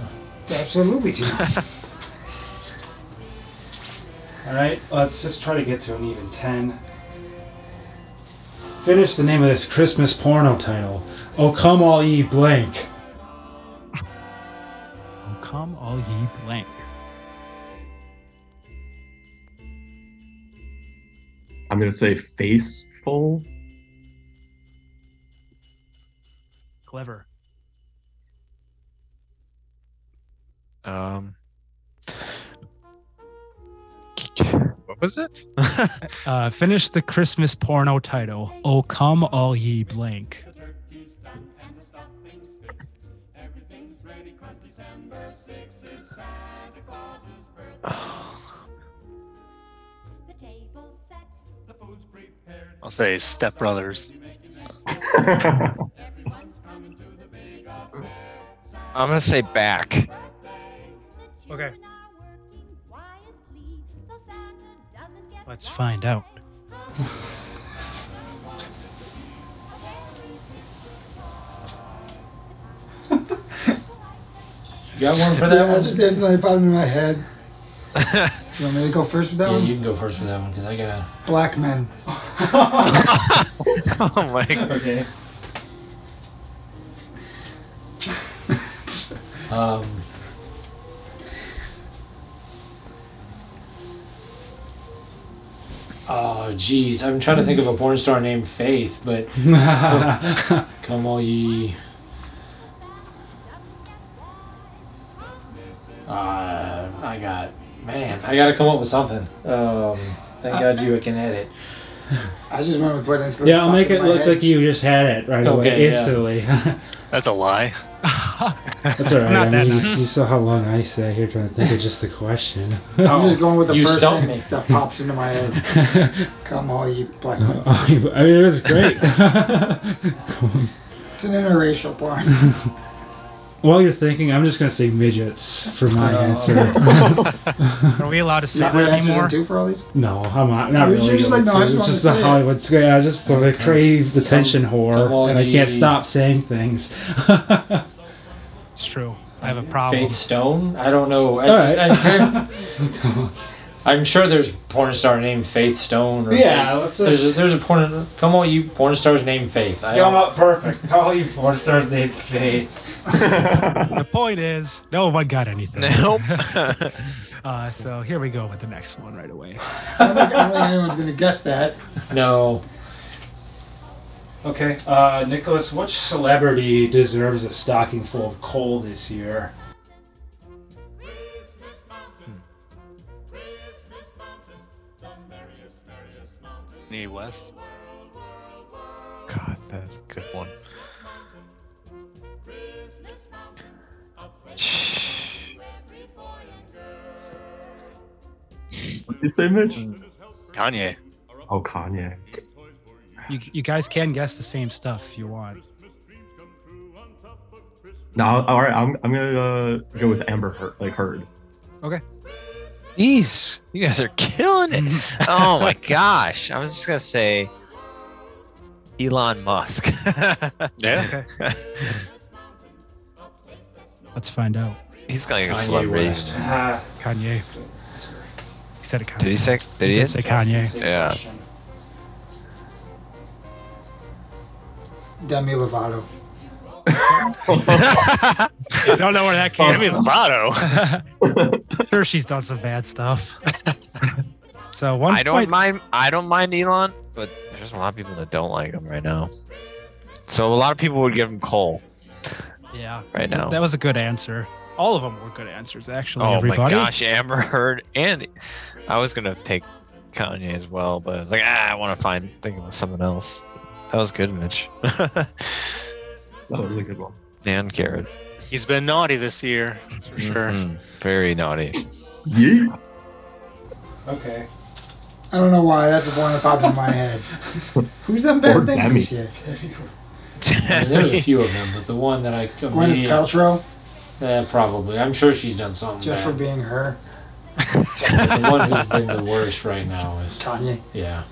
Speaker 7: They absolutely do. not.
Speaker 9: All right. Let's just try to get to an even ten. Finish the name of this Christmas porno title. Oh come all ye blank.
Speaker 1: Oh, come all ye blank.
Speaker 4: I'm going to say Faceful.
Speaker 1: Clever.
Speaker 3: Um, what was it?
Speaker 1: Uh, finish the Christmas porno title. Oh, come all ye blank.
Speaker 2: I'll say Step Brothers.
Speaker 3: I'm gonna say back.
Speaker 1: Okay. Let's find out.
Speaker 5: You got one for that
Speaker 7: I
Speaker 5: one?
Speaker 7: just had like problem in my head. You want me to go first with that
Speaker 5: Yeah,
Speaker 7: one?
Speaker 5: you can go first for that one because I gotta.
Speaker 7: Black men.
Speaker 3: oh my god.
Speaker 9: Okay.
Speaker 5: Um, oh, jeez. I'm trying to think of a porn star named Faith, but come all ye. Uh, I got. Man, I gotta come up with something. Um, thank God you can edit.
Speaker 7: I just went with what inspired
Speaker 6: Yeah, I'll make it look like you just had it right away,
Speaker 5: Okay, yeah.
Speaker 6: instantly.
Speaker 2: That's a lie.
Speaker 6: That's all right.
Speaker 1: Not
Speaker 6: I
Speaker 1: that
Speaker 6: mean, you-
Speaker 1: nice.
Speaker 6: You saw how long I sat here trying to think of just the question.
Speaker 5: Oh.
Speaker 7: I'm just going with the
Speaker 5: You
Speaker 7: first
Speaker 5: stumped
Speaker 7: thing
Speaker 5: me.
Speaker 7: that pops into my head. Come all you black.
Speaker 6: Oh, I mean, it was great.
Speaker 7: It's an interracial porn.
Speaker 6: While you're thinking, I'm just gonna say midgets for my
Speaker 5: Oh.
Speaker 6: answer.
Speaker 1: Are we allowed to say
Speaker 7: Not
Speaker 1: that
Speaker 7: answers
Speaker 1: anymore?
Speaker 7: in two for all these.
Speaker 6: No, I'm not. Not
Speaker 7: You're
Speaker 6: really.
Speaker 7: just like, no, I just
Speaker 6: it's
Speaker 7: wanted
Speaker 6: just
Speaker 7: to
Speaker 6: the
Speaker 7: say it.
Speaker 6: Hollywood square. I just I crave the tension
Speaker 5: Come
Speaker 6: whore,
Speaker 5: on,
Speaker 6: and I can't
Speaker 5: ye-
Speaker 6: stop saying things.
Speaker 1: It's true. I have a problem.
Speaker 5: Faith Stone? I don't know. I
Speaker 6: All right.
Speaker 5: am sure there's a porn star named Faith Stone. Or
Speaker 6: Yeah,
Speaker 5: Faith-
Speaker 6: let's
Speaker 5: There's a,
Speaker 6: just-
Speaker 5: there's a porn. Come on, you porn stars named Faith. I don't-
Speaker 6: up perfect. All you four stars named Faith.
Speaker 1: The point is, no one got anything.
Speaker 3: Nope.
Speaker 1: Uh, so here we go with the next one right away.
Speaker 7: I don't think, I don't think anyone's gonna guess that.
Speaker 5: no.
Speaker 6: Okay, uh, Nicholas, which celebrity deserves a stocking full of coal this year?
Speaker 2: Kanye West.
Speaker 3: God, that's a good one. Shh.
Speaker 4: What you say, Mitch?
Speaker 2: Kanye.
Speaker 4: Oh, Kanye.
Speaker 1: You, you guys can guess the same stuff if you want.
Speaker 4: No, all right. I'm, I'm gonna uh, go with Amber Heard. Like Heard.
Speaker 1: Okay.
Speaker 3: Jeez, you guys are killing it. oh my gosh. I was just going to say Elon Musk.
Speaker 2: Yeah.
Speaker 1: Okay. Let's find out.
Speaker 3: He's going to get a
Speaker 5: Kanye
Speaker 3: celebrity.
Speaker 5: West.
Speaker 6: Uh,
Speaker 1: Kanye. He said it Kanye.
Speaker 3: Did he say? Did
Speaker 1: He
Speaker 3: he?
Speaker 1: did say
Speaker 6: Ah,
Speaker 1: Kanye.
Speaker 3: Yeah.
Speaker 7: Demi Lovato.
Speaker 1: Don't know where that came
Speaker 3: Oh.
Speaker 2: Demi Lovato.
Speaker 1: Sure, she's done some bad stuff. so one
Speaker 3: I don't
Speaker 1: point,
Speaker 3: mind. I don't mind Elon, but there's a lot of people that don't like him right now. So a lot of people would give him coal
Speaker 1: yeah,
Speaker 3: right now.
Speaker 1: that was a good answer. All of them were good answers, actually.
Speaker 3: oh
Speaker 1: everybody.
Speaker 3: my gosh, Amber Heard and I was gonna take Kanye as well, but I was like, ah, I want to find think of someone else. That was good, Mitch.
Speaker 4: That was a good one.
Speaker 3: and Garrett,
Speaker 2: He's been naughty this year, that's for
Speaker 4: Mm-hmm.
Speaker 2: sure.
Speaker 3: Mhm. very naughty.
Speaker 4: Yeet.
Speaker 6: okay.
Speaker 7: I don't know why. That's the one that popped in my head. Who's done bad
Speaker 4: Or
Speaker 7: things
Speaker 4: Demi.
Speaker 7: this year?
Speaker 5: I mean, there's a few of them, but the one that I
Speaker 7: Gwyneth
Speaker 5: immediately,
Speaker 7: Paltrow,
Speaker 5: eh, probably. I'm sure she's done something.
Speaker 7: just for
Speaker 5: bad.
Speaker 7: being her.
Speaker 5: But the one who's been the worst right now is
Speaker 7: Kanye.
Speaker 5: yeah.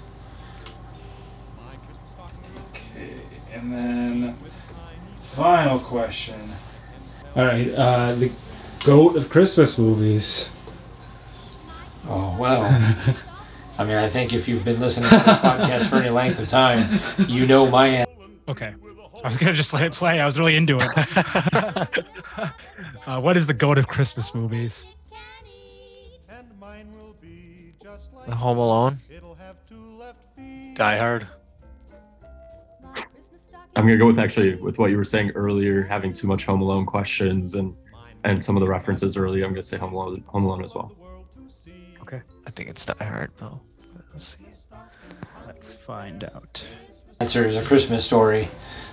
Speaker 6: Okay, and then final question. All right, uh, the goat of Christmas movies.
Speaker 5: Oh well. I mean, I think if you've been listening to this podcast for any length of time, you know my answer.
Speaker 1: Okay, I was gonna just let it play. I was really into it. uh, what is the goat of Christmas movies?
Speaker 3: The Home Alone.
Speaker 2: Die Hard.
Speaker 4: I'm gonna go with actually with what you were saying earlier, having too much Home Alone questions and and some of the references earlier. I'm gonna say Home Alone, Home Alone as well.
Speaker 3: I think it's Die Hard. No. Let's see.
Speaker 1: Let's find out.
Speaker 5: Answer is a Christmas story.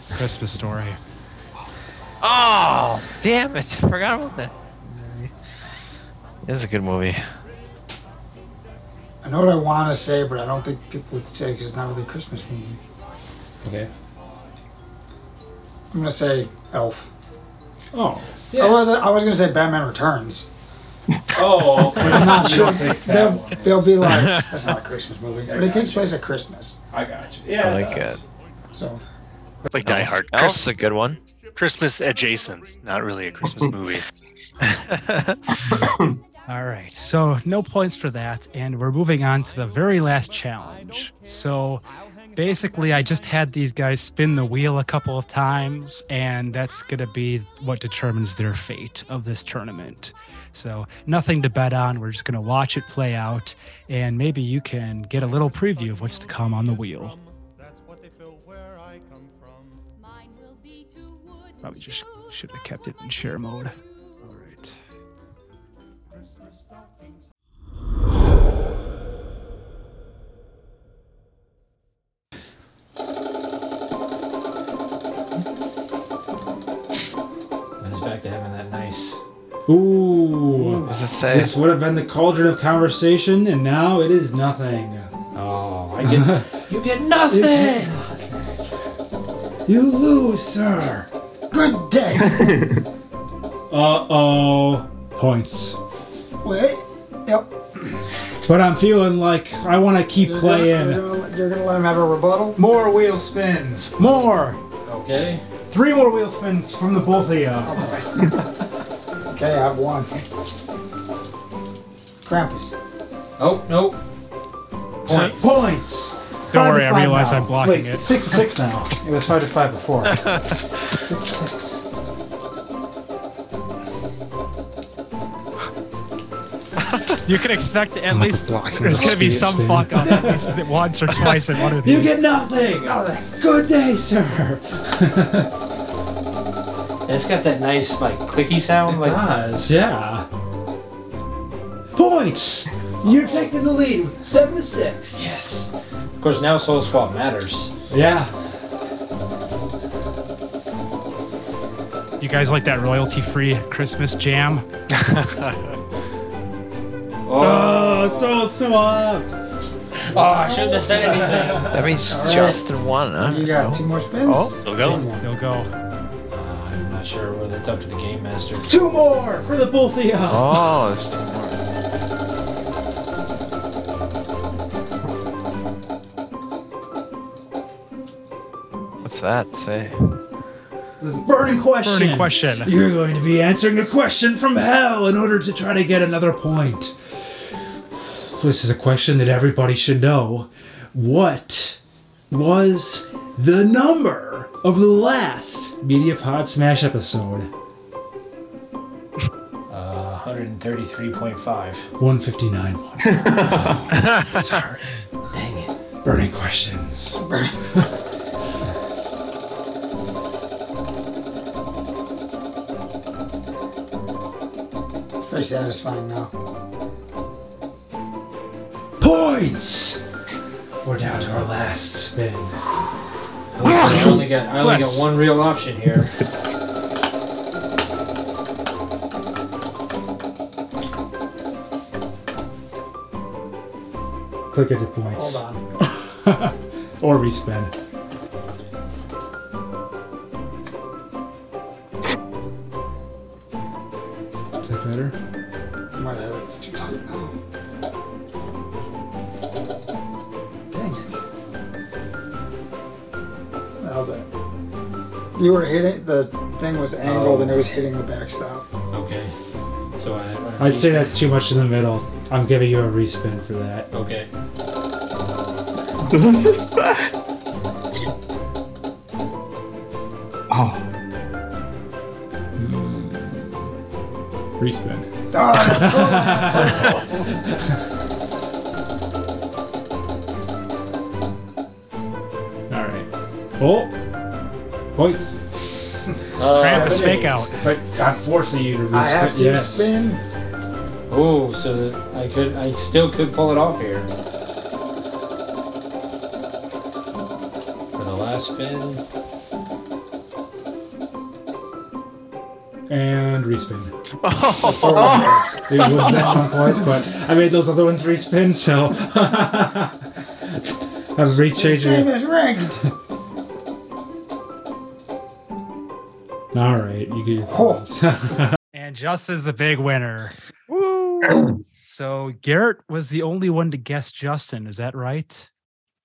Speaker 1: Christmas story.
Speaker 3: Oh, damn it! I forgot about that. It is a good movie.
Speaker 7: I know what I want to say, but I don't think people would say because it's not really a Christmas movie.
Speaker 6: Okay.
Speaker 7: I'm gonna say Elf.
Speaker 6: Oh.
Speaker 7: I was I was gonna say Batman Returns.
Speaker 6: Oh. Okay.
Speaker 7: I'm not
Speaker 6: You
Speaker 7: sure.
Speaker 6: don't think that
Speaker 7: They'll,
Speaker 6: one
Speaker 7: they'll
Speaker 6: is-
Speaker 7: be like, that's not a Christmas movie, but it
Speaker 6: gotcha.
Speaker 7: takes place at Christmas.
Speaker 6: I got you. Yeah.
Speaker 3: I like
Speaker 6: does.
Speaker 7: So
Speaker 2: It's like Die Hard.
Speaker 3: Elf's
Speaker 2: Chris,
Speaker 3: a good one.
Speaker 2: Christmas adjacent. Not really a Christmas movie.
Speaker 1: All right, so no points for that, and we're moving on to the very last challenge. So basically, I just had these guys spin the wheel a couple of times, and that's going to be what determines their fate of this tournament. So nothing to bet on. We're just going to watch it play out, and maybe you can get a little preview of what's to come on the wheel. Probably just should have kept it in share mode. All right.
Speaker 6: Ooh.
Speaker 3: does it say?
Speaker 6: This would have been the cauldron of conversation, and now it is nothing.
Speaker 5: Oh, I get, you get nothing.
Speaker 6: You lose, sir.
Speaker 7: Good day.
Speaker 6: Uh oh. Points.
Speaker 7: Wait. Yep.
Speaker 6: But I'm feeling like I want to keep
Speaker 7: You're gonna-
Speaker 6: playing.
Speaker 7: You're gonna, you're gonna let him have a rebuttal?
Speaker 6: More wheel spins. More.
Speaker 5: Okay.
Speaker 6: Three more wheel spins from the both of you.
Speaker 7: Okay, I've won. Krampus.
Speaker 5: Oh nope. Points.
Speaker 6: Points.
Speaker 1: Don't
Speaker 6: Five
Speaker 1: worry,
Speaker 6: to
Speaker 1: I
Speaker 6: five
Speaker 1: realize
Speaker 6: now.
Speaker 1: I'm blocking
Speaker 6: Wait,
Speaker 1: it.
Speaker 6: Six to six now. It was five to five before.
Speaker 7: Six, six.
Speaker 1: You can expect at least
Speaker 10: blocking
Speaker 1: there's
Speaker 10: the
Speaker 1: going to be
Speaker 10: speed
Speaker 1: some
Speaker 10: spin.
Speaker 1: fuck up at least once or twice in one of these.
Speaker 6: you get nothing. Oh, Good day, sir.
Speaker 5: It's got that nice like clicky sound. Like
Speaker 6: Oh Gosh, yeah. Points. You're taking the lead. Seven to six.
Speaker 5: yes. Of course, now soul swap matters.
Speaker 6: Yeah.
Speaker 1: You guys like that royalty free Christmas jam?
Speaker 6: Oh, so uh, swap.
Speaker 5: oh, I shouldn't have said anything.
Speaker 3: That means Justin won, huh?
Speaker 7: You got two more spins?
Speaker 3: Oh.
Speaker 2: Still going.
Speaker 1: They'll go.
Speaker 5: I'm not sure whether it's up to the game master.
Speaker 6: Two more for the both of you.
Speaker 3: Oh, there's two more. What's that say?
Speaker 6: This burning question.
Speaker 1: Burning question.
Speaker 6: You're going to be answering a question from hell in order to try to get another point. This is a question that everybody should know. What was the number of the last MediaPod Smash episode?
Speaker 5: Uh, 133.5.
Speaker 6: 159.
Speaker 5: Dang it.
Speaker 6: Burning questions.
Speaker 7: Very satisfying now.
Speaker 6: Points! We're down to our last spin.
Speaker 5: I only got I only
Speaker 1: Bless.
Speaker 5: got one real option here.
Speaker 6: Click at the points.
Speaker 7: Hold on.
Speaker 6: or respin. Is that better?
Speaker 7: Whatever, it's too tight now. Dang it. How's that? You were hitting, the thing was angled and it was hitting the backstop.
Speaker 5: Okay. So I.
Speaker 6: I'd say that's too much in the middle. I'm giving you a respin for that.
Speaker 5: Okay.
Speaker 4: This is fast. Oh,
Speaker 6: Respin.
Speaker 7: Oh, that's cool.
Speaker 6: Alright. Oh! Points.
Speaker 5: Uh,
Speaker 1: Krampus fake out.
Speaker 6: But I'm forcing you to respin.
Speaker 7: I have to
Speaker 6: yes.
Speaker 7: spin.
Speaker 5: oh, so that I could I still could pull it off here. For the last spin.
Speaker 6: And respin. It was not on points, but I made those other ones respin, so. I'm
Speaker 7: This
Speaker 6: rechanging
Speaker 7: game
Speaker 6: it.
Speaker 7: is rigged.
Speaker 6: Alright, you get your
Speaker 7: Oh.
Speaker 6: points.
Speaker 1: And Justin's the big winner. So Garrett was the only one to guess Justin. Is that right?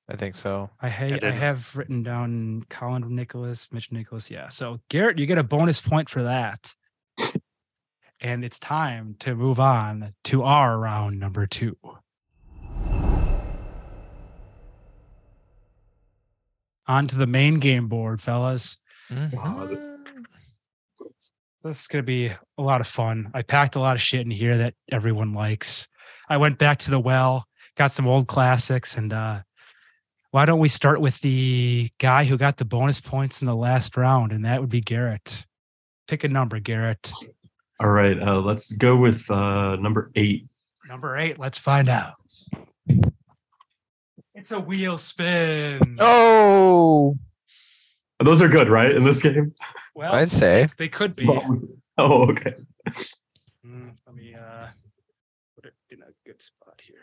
Speaker 3: I think so.
Speaker 1: I, ha- I
Speaker 2: didn't.
Speaker 1: have written down Colin Nicholas, Mitch Nicholas. Yeah. So Garrett, you get a bonus point for that. and it's time to move on to our round number two. On to the main game board, fellas. This is going to be a lot of fun. I packed a lot of shit in here that everyone likes. I went back to the well, got some old classics, and uh, why don't we start with the guy who got the bonus points in the last round, and that would be Garrett. Pick a number, Garrett.
Speaker 4: all right. Uh, let's go with uh, number eight.
Speaker 1: Number eight. Let's find out. It's a wheel spin.
Speaker 3: Oh,
Speaker 4: Those are good, right? In this game.
Speaker 1: well,
Speaker 3: I'd say
Speaker 1: they could be.
Speaker 4: Oh, okay.
Speaker 1: Mm, uh, it in a good spot here.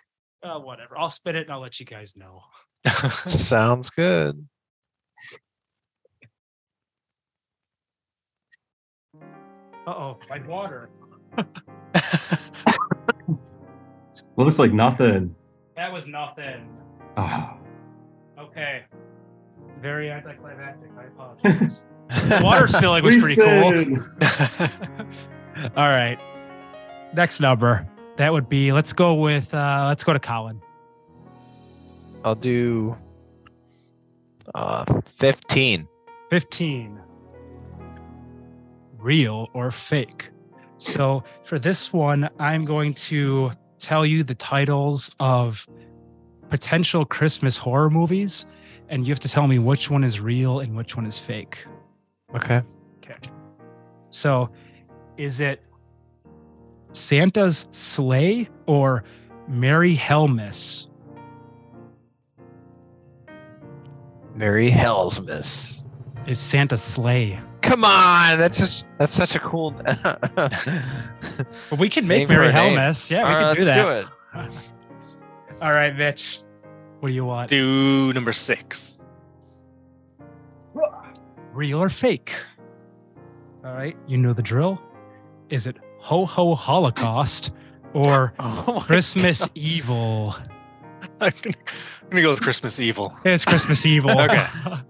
Speaker 1: Uh, whatever. I'll spit it and I'll let you guys know.
Speaker 7: Oh.
Speaker 3: Sounds good.
Speaker 1: Uh oh, my water.
Speaker 4: Looks like nothing.
Speaker 1: That was nothing.
Speaker 4: Ah.
Speaker 1: Okay. Very anticlimactic. I apologize. The water spilling was pretty cool.
Speaker 4: Winston!
Speaker 1: All right. Next number. That would be let's go with uh let's go to Colin.
Speaker 3: I'll do uh 15.
Speaker 1: 15 real or fake so for this one i'm going to tell you the titles of potential christmas horror movies and you have to tell me which one is real and which one is fake
Speaker 3: Okay.
Speaker 1: so is it santa's sleigh or mary helmis
Speaker 3: Mary Hellsmas.
Speaker 1: is santa's sleigh
Speaker 3: Come on, that's just that's such a cool.
Speaker 1: but we can make
Speaker 3: Name for
Speaker 1: mary
Speaker 3: a name.
Speaker 1: helmis yeah we
Speaker 3: All right,
Speaker 1: can do
Speaker 3: Uh, let's
Speaker 1: that
Speaker 3: do it.
Speaker 1: all right mitch what do you want
Speaker 2: Do number six.
Speaker 1: real or fake. All right, you know the drill. Is it ho ho Holocaust or
Speaker 3: Oh my
Speaker 1: Christmas Evil?
Speaker 2: I'm gonna, I'm gonna go with Christmas Evil.
Speaker 1: It's Christmas Evil.
Speaker 2: Okay.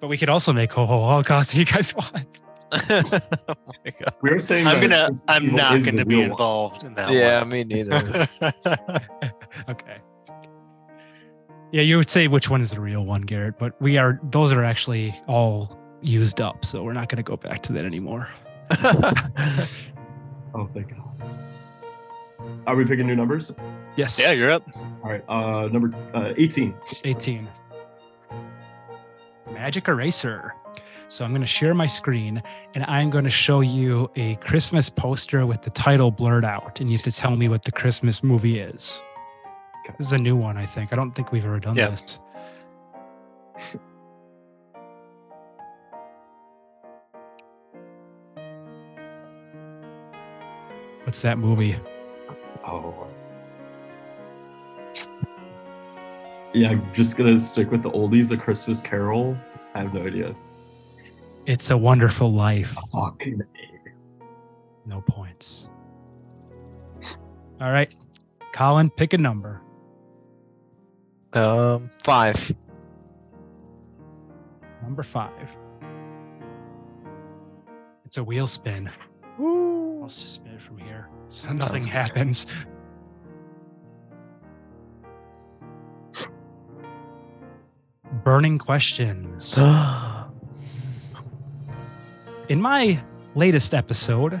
Speaker 1: but we could also make ho ho Holocaust if you guys want.
Speaker 3: God. oh my god.
Speaker 4: We're saying
Speaker 2: I'm
Speaker 4: that
Speaker 2: gonna.
Speaker 4: Winston
Speaker 2: I'm
Speaker 4: Evil
Speaker 2: not
Speaker 4: is the
Speaker 2: gonna be
Speaker 4: real one.
Speaker 2: involved in that.
Speaker 3: Yeah, me neither.
Speaker 2: One.
Speaker 1: Okay. Yeah, you would say which one is the real one, Garrett, but we are those are actually all used up, so we're not going to go back to that anymore.
Speaker 4: Oh, thank God. Are we picking new numbers?
Speaker 1: Yes.
Speaker 2: yeah, you're up.
Speaker 4: All right. Uh, number uh, 18.
Speaker 1: 18. Magic Eraser. So I'm going to share my screen and I'm going to show you a Christmas poster with the title blurred out. And you have to tell me what the Christmas movie is. This is a new one, I think. I don't think we've ever done
Speaker 2: Yeah.
Speaker 1: this. What's that movie?
Speaker 4: Oh. Yeah, I'm just gonna stick with the oldies. A Christmas Carol. I have no idea.
Speaker 1: It's a Wonderful Life.
Speaker 4: Fucking
Speaker 1: No points. All right. Colin, pick a number.
Speaker 3: um, five.
Speaker 1: Number five. It's a wheel spin. Let's just spin it from here. So nothing
Speaker 3: good.
Speaker 1: happens. Burning questions. In my latest episode,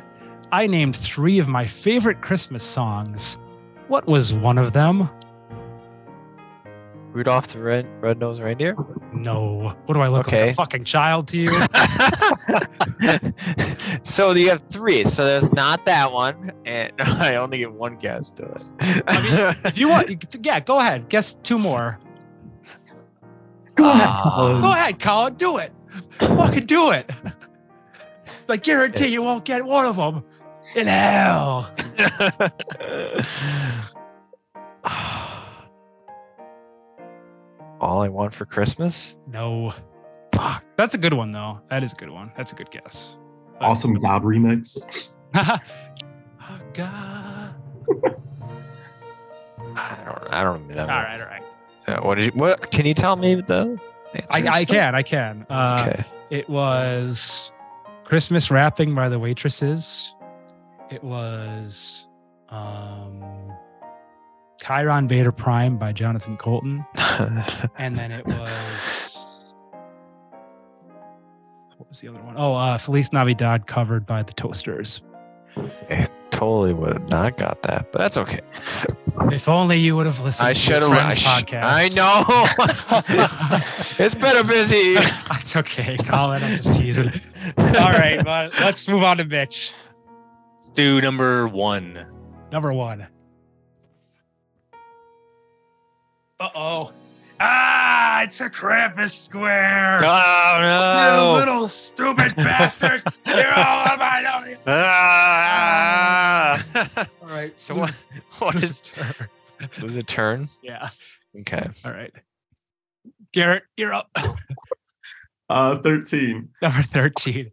Speaker 1: I named three of my favorite Christmas songs. What was one of them?
Speaker 3: Rudolph the Red Red Nosed Reindeer.
Speaker 1: No. What do I look like?
Speaker 3: Okay.
Speaker 1: A fucking child to you?
Speaker 3: so you have three. So there's not that one, and I only get one guess to it.
Speaker 1: if you want, you c- yeah, go ahead. Guess two more.
Speaker 3: Ah.
Speaker 1: Go ahead, Colin. Do it. Fucking do it. I guarantee you won't get one of them. In hell.
Speaker 3: All I want for Christmas?
Speaker 1: No.
Speaker 3: Fuck.
Speaker 1: That's a good one, though. That is a good one. That's a good guess.
Speaker 4: awesome God remix.
Speaker 1: oh, God.
Speaker 3: I don't. I don't know.
Speaker 1: All right, all right.
Speaker 3: Uh, what did you? What can you tell me though?
Speaker 1: I, I can. I can. Uh,
Speaker 3: Okay.
Speaker 1: It was Christmas Wrapping by the Waitresses. It was um, Chiron Vader Prime by Jonathan Colton. and then it was what was the other one? Oh, uh, Feliz Navidad covered by the Toasters.
Speaker 3: totally would have not got that, but that's okay.
Speaker 1: If only you would have listened.
Speaker 3: I
Speaker 1: to
Speaker 3: should
Speaker 1: your
Speaker 3: have. I,
Speaker 1: friend's
Speaker 3: sh-
Speaker 1: podcast.
Speaker 3: I know. it's been a busy.
Speaker 1: it's okay, Colin. I'm just teasing. All right, but let's move on to Mitch.
Speaker 2: Let's do number one.
Speaker 1: Number one. Uh oh. Ah, it's a Krampus square.
Speaker 2: Oh
Speaker 1: You little stupid bastards.
Speaker 2: no!
Speaker 1: You're all on my own.
Speaker 2: Ah.
Speaker 3: So what? What
Speaker 1: This
Speaker 3: is?
Speaker 1: turn.
Speaker 3: Lose a turn.
Speaker 1: Yeah.
Speaker 3: Okay.
Speaker 1: All right. Garrett, you're up.
Speaker 4: Uh, 13.
Speaker 1: Number 13.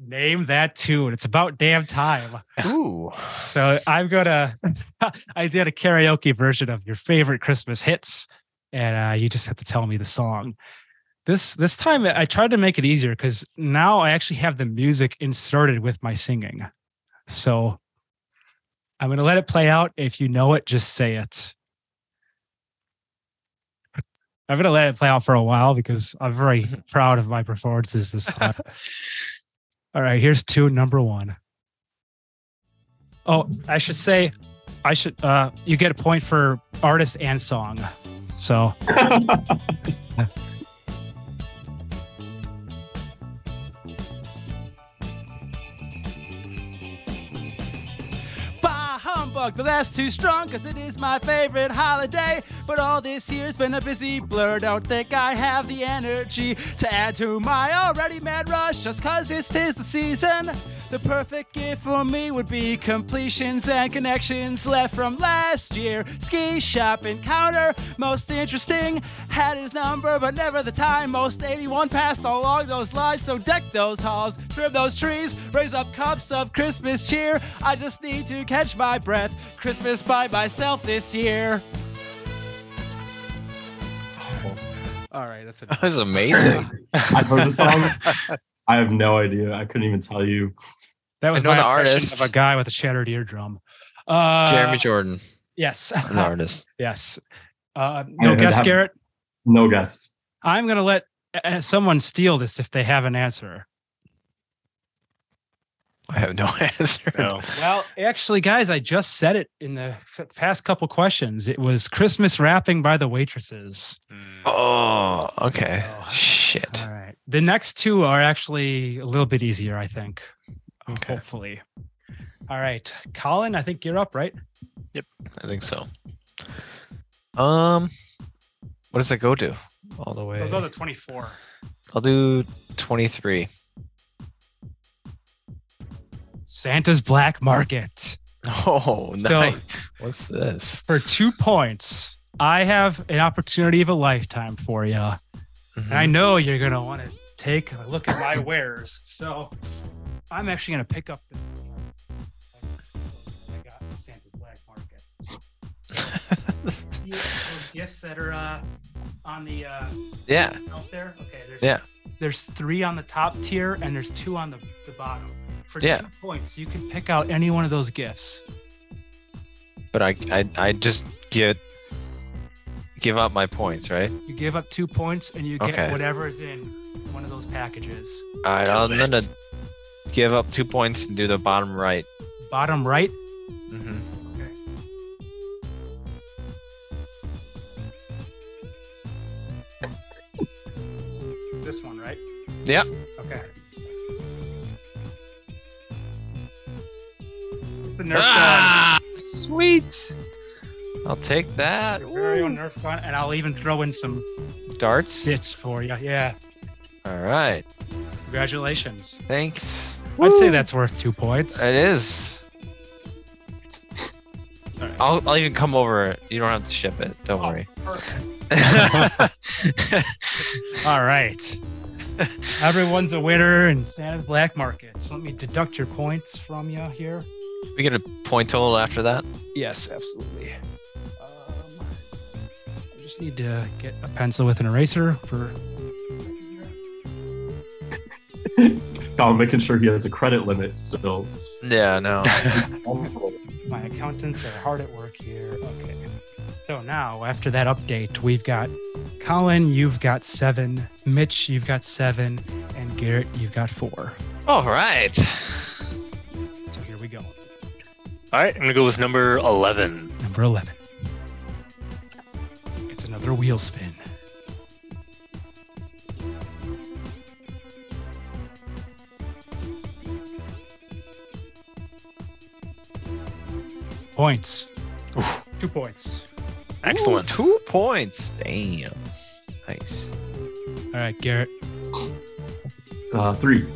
Speaker 1: Name that tune. It's about damn time.
Speaker 3: Ooh.
Speaker 1: So I'm gonna. I did a karaoke version of your favorite Christmas hits, and uh, you just have to tell me the song. This this time I tried to make it easier because now I actually have the music inserted with my singing. So I'm gonna let it play out. If you know it, just say it. I'm gonna let it play out for a while because I'm very proud of my performances this time. All right, here's tune number one. Oh, I should say, I should. Uh, you get a point for artist and song. So Bah humbug, but that's too strong, cause it is my favorite holiday. But all this year's been a busy blur, don't think I have the energy to add to my already mad rush, just cause it's tis the season. The perfect gift for me would be completions and connections left from last year. Ski shop encounter, most interesting, had his number, but never the time. Most 81 passed along those lines, so deck those halls, trim those trees, raise up cups of Christmas cheer. I just need to catch my breath. Christmas by myself this year. All right, that's enough.
Speaker 3: That was amazing.
Speaker 4: I've heard the song. I have no idea. I couldn't even tell you.
Speaker 1: That was
Speaker 3: know
Speaker 1: my
Speaker 3: the
Speaker 1: impression
Speaker 3: artist.
Speaker 1: of a guy with a shattered eardrum. Uh,
Speaker 3: Jeremy Jordan,
Speaker 1: Yes.
Speaker 3: an artist.
Speaker 1: yes. Uh,
Speaker 4: Yeah,
Speaker 1: no
Speaker 4: that
Speaker 1: guess,
Speaker 4: happened.
Speaker 1: Garrett.
Speaker 4: No guess.
Speaker 1: I'm going to let uh, someone steal this if they have an answer.
Speaker 3: I have no answer.
Speaker 2: No.
Speaker 1: Well, actually, guys, I just said it in the f- past couple questions. It was Christmas wrapping by the waitresses.
Speaker 2: Mm.
Speaker 3: Oh. Okay.
Speaker 1: Oh.
Speaker 3: Shit.
Speaker 1: All right. The next two are actually a little bit easier, I think.
Speaker 3: Okay.
Speaker 1: Hopefully. All right. Colin, I think you're up, right?
Speaker 3: I think so. Um, what does it go to? All the way.
Speaker 1: Those are the 24.
Speaker 3: I'll do 23.
Speaker 1: Santa's Black Market.
Speaker 3: Oh,
Speaker 1: So-
Speaker 3: nice. What's this?
Speaker 1: for two points, I have an opportunity of a lifetime for you. And I know you're going to want to take a look at my wares. So I'm actually going to pick up this. I got Santa's Black Market.
Speaker 3: Mhm.
Speaker 1: See those gifts that are uh, on the uh,
Speaker 3: yeah.
Speaker 1: out there? Okay, there's,
Speaker 3: Yeah.
Speaker 1: there's three on the top tier and there's two on the, the bottom. For
Speaker 3: Yeah.
Speaker 1: two points, you can pick out any one of those gifts.
Speaker 3: But I, I, I just get give up my points, right?
Speaker 1: You give up two points and you get
Speaker 3: Okay.
Speaker 1: whatever is in one of those packages.
Speaker 3: All right. I'm
Speaker 2: Damn it.
Speaker 3: gonna give up two points and do the bottom right.
Speaker 1: Bottom right,
Speaker 3: Mm-hmm.
Speaker 1: This one, right?
Speaker 3: Yep.
Speaker 1: Okay. It's a Nerf
Speaker 3: Ah, sweet. I'll take that.
Speaker 1: gun. Your very own
Speaker 3: Ooh.
Speaker 1: Nerf gun, and I'll even throw in some
Speaker 3: Darts.
Speaker 1: bits for you. Yeah.
Speaker 3: All right.
Speaker 1: Congratulations.
Speaker 3: Thanks.
Speaker 1: I'd say that's worth two points.
Speaker 3: It is. I'll, I'll even come over. You don't have to ship it. Don't
Speaker 1: Oh,
Speaker 3: worry.
Speaker 1: All right. Everyone's a winner in Santa's black market. So let me deduct your points from you here.
Speaker 3: we get a point total after that.
Speaker 1: Yes, absolutely. Um, I just need to get a pencil with an eraser for
Speaker 4: Colin making sure he has a credit limit still.
Speaker 3: Yeah, no.
Speaker 1: My accountants are hard at work here. Okay. So now, after that update, we've got Colin, you've got seven, Mitch, you've got seven, and Garrett, you've got four.
Speaker 3: All right.
Speaker 1: So here we go.
Speaker 2: All right, I'm gonna go with number eleven.
Speaker 1: Number 11. It's another wheel spin. Points. Two points.
Speaker 2: Excellent.
Speaker 3: Ooh, two points. Damn. Nice.
Speaker 1: All right, Garrett,
Speaker 4: Uh, three.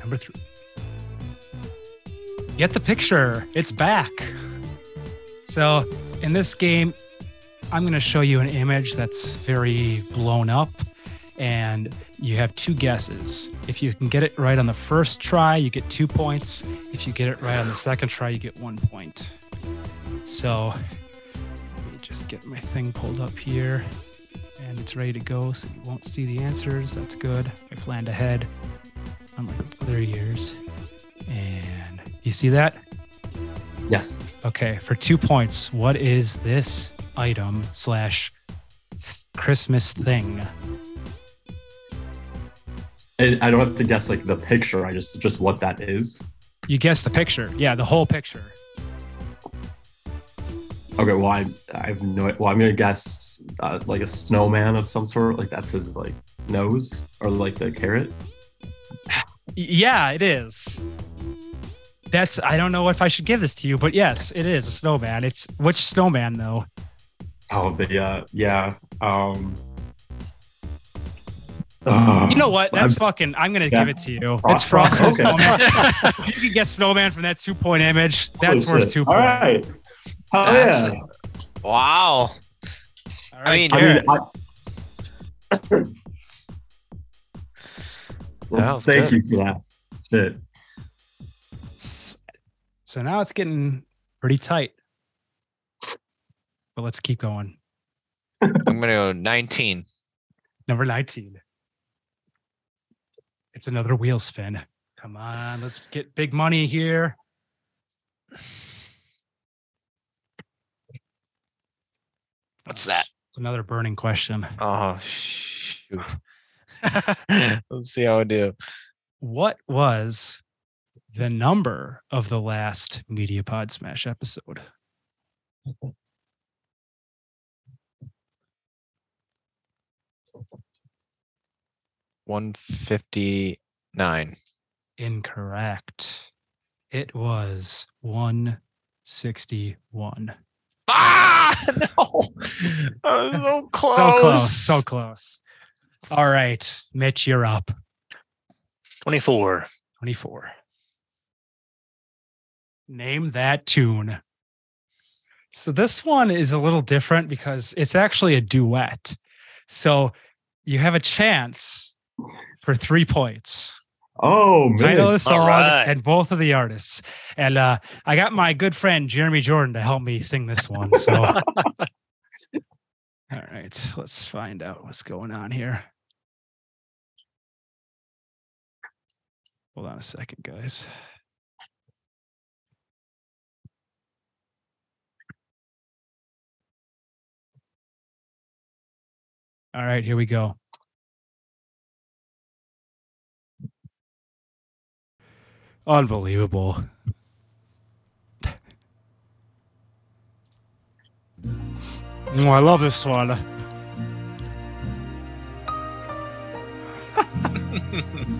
Speaker 1: number three. Get the picture. It's back. So, in this game, I'm going to show you an image that's very blown up, and you have two guesses. If you can get it right on the first try, you get two points. If you get it right on the second try, you get one point. So, let me just get my thing pulled up here, and it's ready to go, so you won't see the answers. That's good. I planned ahead, unlike other years. And you see that?
Speaker 4: Yes.
Speaker 1: Okay, for two points, what is this item slash Christmas thing?
Speaker 4: And I don't have to guess like the picture. I just just what that is.
Speaker 1: You guess the picture. Yeah, the whole picture.
Speaker 4: Okay. Well, I I have no. Well, I'm gonna guess uh, like a snowman of some sort. Like that's his like nose or like the carrot.
Speaker 1: Y- Yeah, it is. That's I don't know if I should give this to you, but yes, it is a snowman. It's which snowman though?
Speaker 4: Oh, the uh, yeah. Um. ugh.
Speaker 1: You know what? That's
Speaker 4: I'm-
Speaker 1: fucking I'm gonna
Speaker 4: Yeah.
Speaker 1: give it to you. it's
Speaker 4: Frost-
Speaker 1: Frosty the
Speaker 4: Frost, okay.
Speaker 1: Snowman. you can guess snowman from that two point image. That's
Speaker 4: Holy
Speaker 1: worth
Speaker 4: shit.
Speaker 1: two
Speaker 4: All
Speaker 1: points.
Speaker 4: right. Oh
Speaker 3: That's-
Speaker 4: yeah.
Speaker 3: Wow.
Speaker 1: All
Speaker 3: I mean,
Speaker 4: I mean, I,
Speaker 3: That
Speaker 4: well,
Speaker 3: was
Speaker 4: thank
Speaker 3: good.
Speaker 4: you for that. Shit.
Speaker 3: s-
Speaker 1: So now it's getting pretty tight. But let's keep going.
Speaker 3: I'm gonna go 19.
Speaker 1: Number 19. It's another wheel spin. Come on, let's get big money here.
Speaker 2: What's that?
Speaker 1: It's another burning question.
Speaker 3: Oh shoot. Let's see how I do.
Speaker 1: What was the number of the last Mediapod Smash episode?
Speaker 3: One fifty nine.
Speaker 1: Incorrect. It was 161.
Speaker 3: Ah no. I was so close.
Speaker 1: So close, so close. All right, Mitch, you're up.
Speaker 2: 24.
Speaker 1: 24. Name that tune. So this one is a little different because it's actually a duet. So you have a chance for three points.
Speaker 4: Oh
Speaker 1: Title of
Speaker 4: man.
Speaker 1: the song
Speaker 2: right.
Speaker 1: and both of the artists. And uh, I got my good friend Jeremy Jordan to help me sing this one. So, all right, let's find out what's going on here. Hold on a second, guys. All right, here we go. Unbelievable. Oh, I love this one.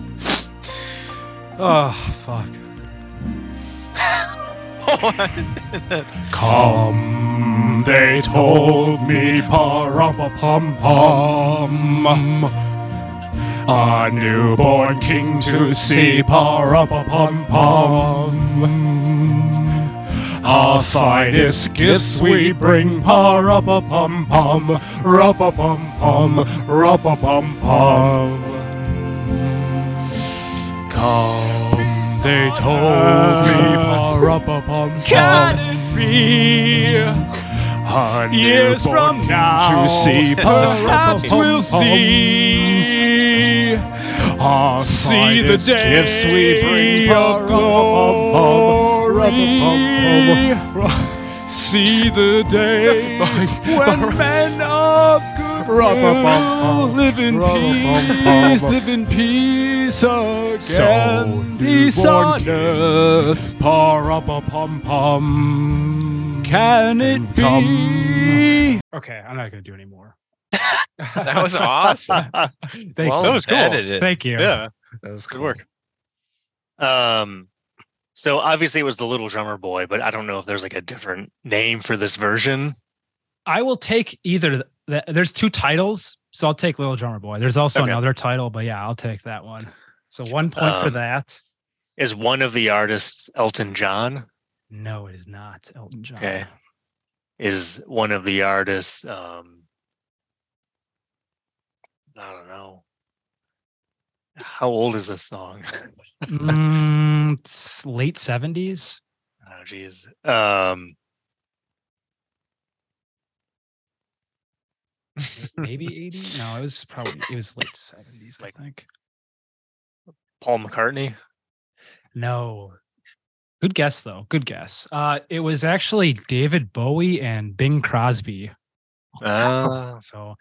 Speaker 1: oh, fuck. Come, they told me, pa-rum-pa-pum-pum. A newborn king to see, pa-rum-pa-pum-pum. Our finest gifts we bring, pa-rum-pa-pum-pum, rum-pa-pum-pum, rum-pa-pum-pum. Come, they told me, pa-rum-pa-pum-pum. Can it be? Years from now, to see, perhaps we'll see. Ah, see the day gifts we bring of glory. See the day when men of goodwill live in peace, live in peace again. Peace on earth. Pum pum. Can it be? Okay, I'm not gonna do any more.
Speaker 3: That was awesome.
Speaker 1: Thank
Speaker 3: well,
Speaker 1: you.
Speaker 2: That was cool.
Speaker 3: edited.
Speaker 1: Thank you.
Speaker 2: Yeah.
Speaker 3: That was
Speaker 2: Good
Speaker 3: cool.
Speaker 2: work. Um, so obviously it was the Little Drummer Boy, but I don't know if there's like a different name for this version.
Speaker 1: I will take either. th- th- there's two titles, so I'll take Little Drummer Boy. There's also
Speaker 2: Okay.
Speaker 1: another title, but yeah, I'll take that one. So one point for
Speaker 2: Um,
Speaker 1: that.
Speaker 2: Is one of the artists Elton John?
Speaker 1: No, it is not Elton John.
Speaker 2: Okay. Is one of the artists um I don't know. How old is this song?
Speaker 1: Mm, it's late 70s.
Speaker 2: Oh geez. Um
Speaker 1: maybe 80 no it was probably it was late 70s
Speaker 2: Like-
Speaker 1: i think
Speaker 2: Paul McCartney.
Speaker 1: no good guess though good guess uh it was actually david bowie and bing crosby
Speaker 2: Uh,
Speaker 1: so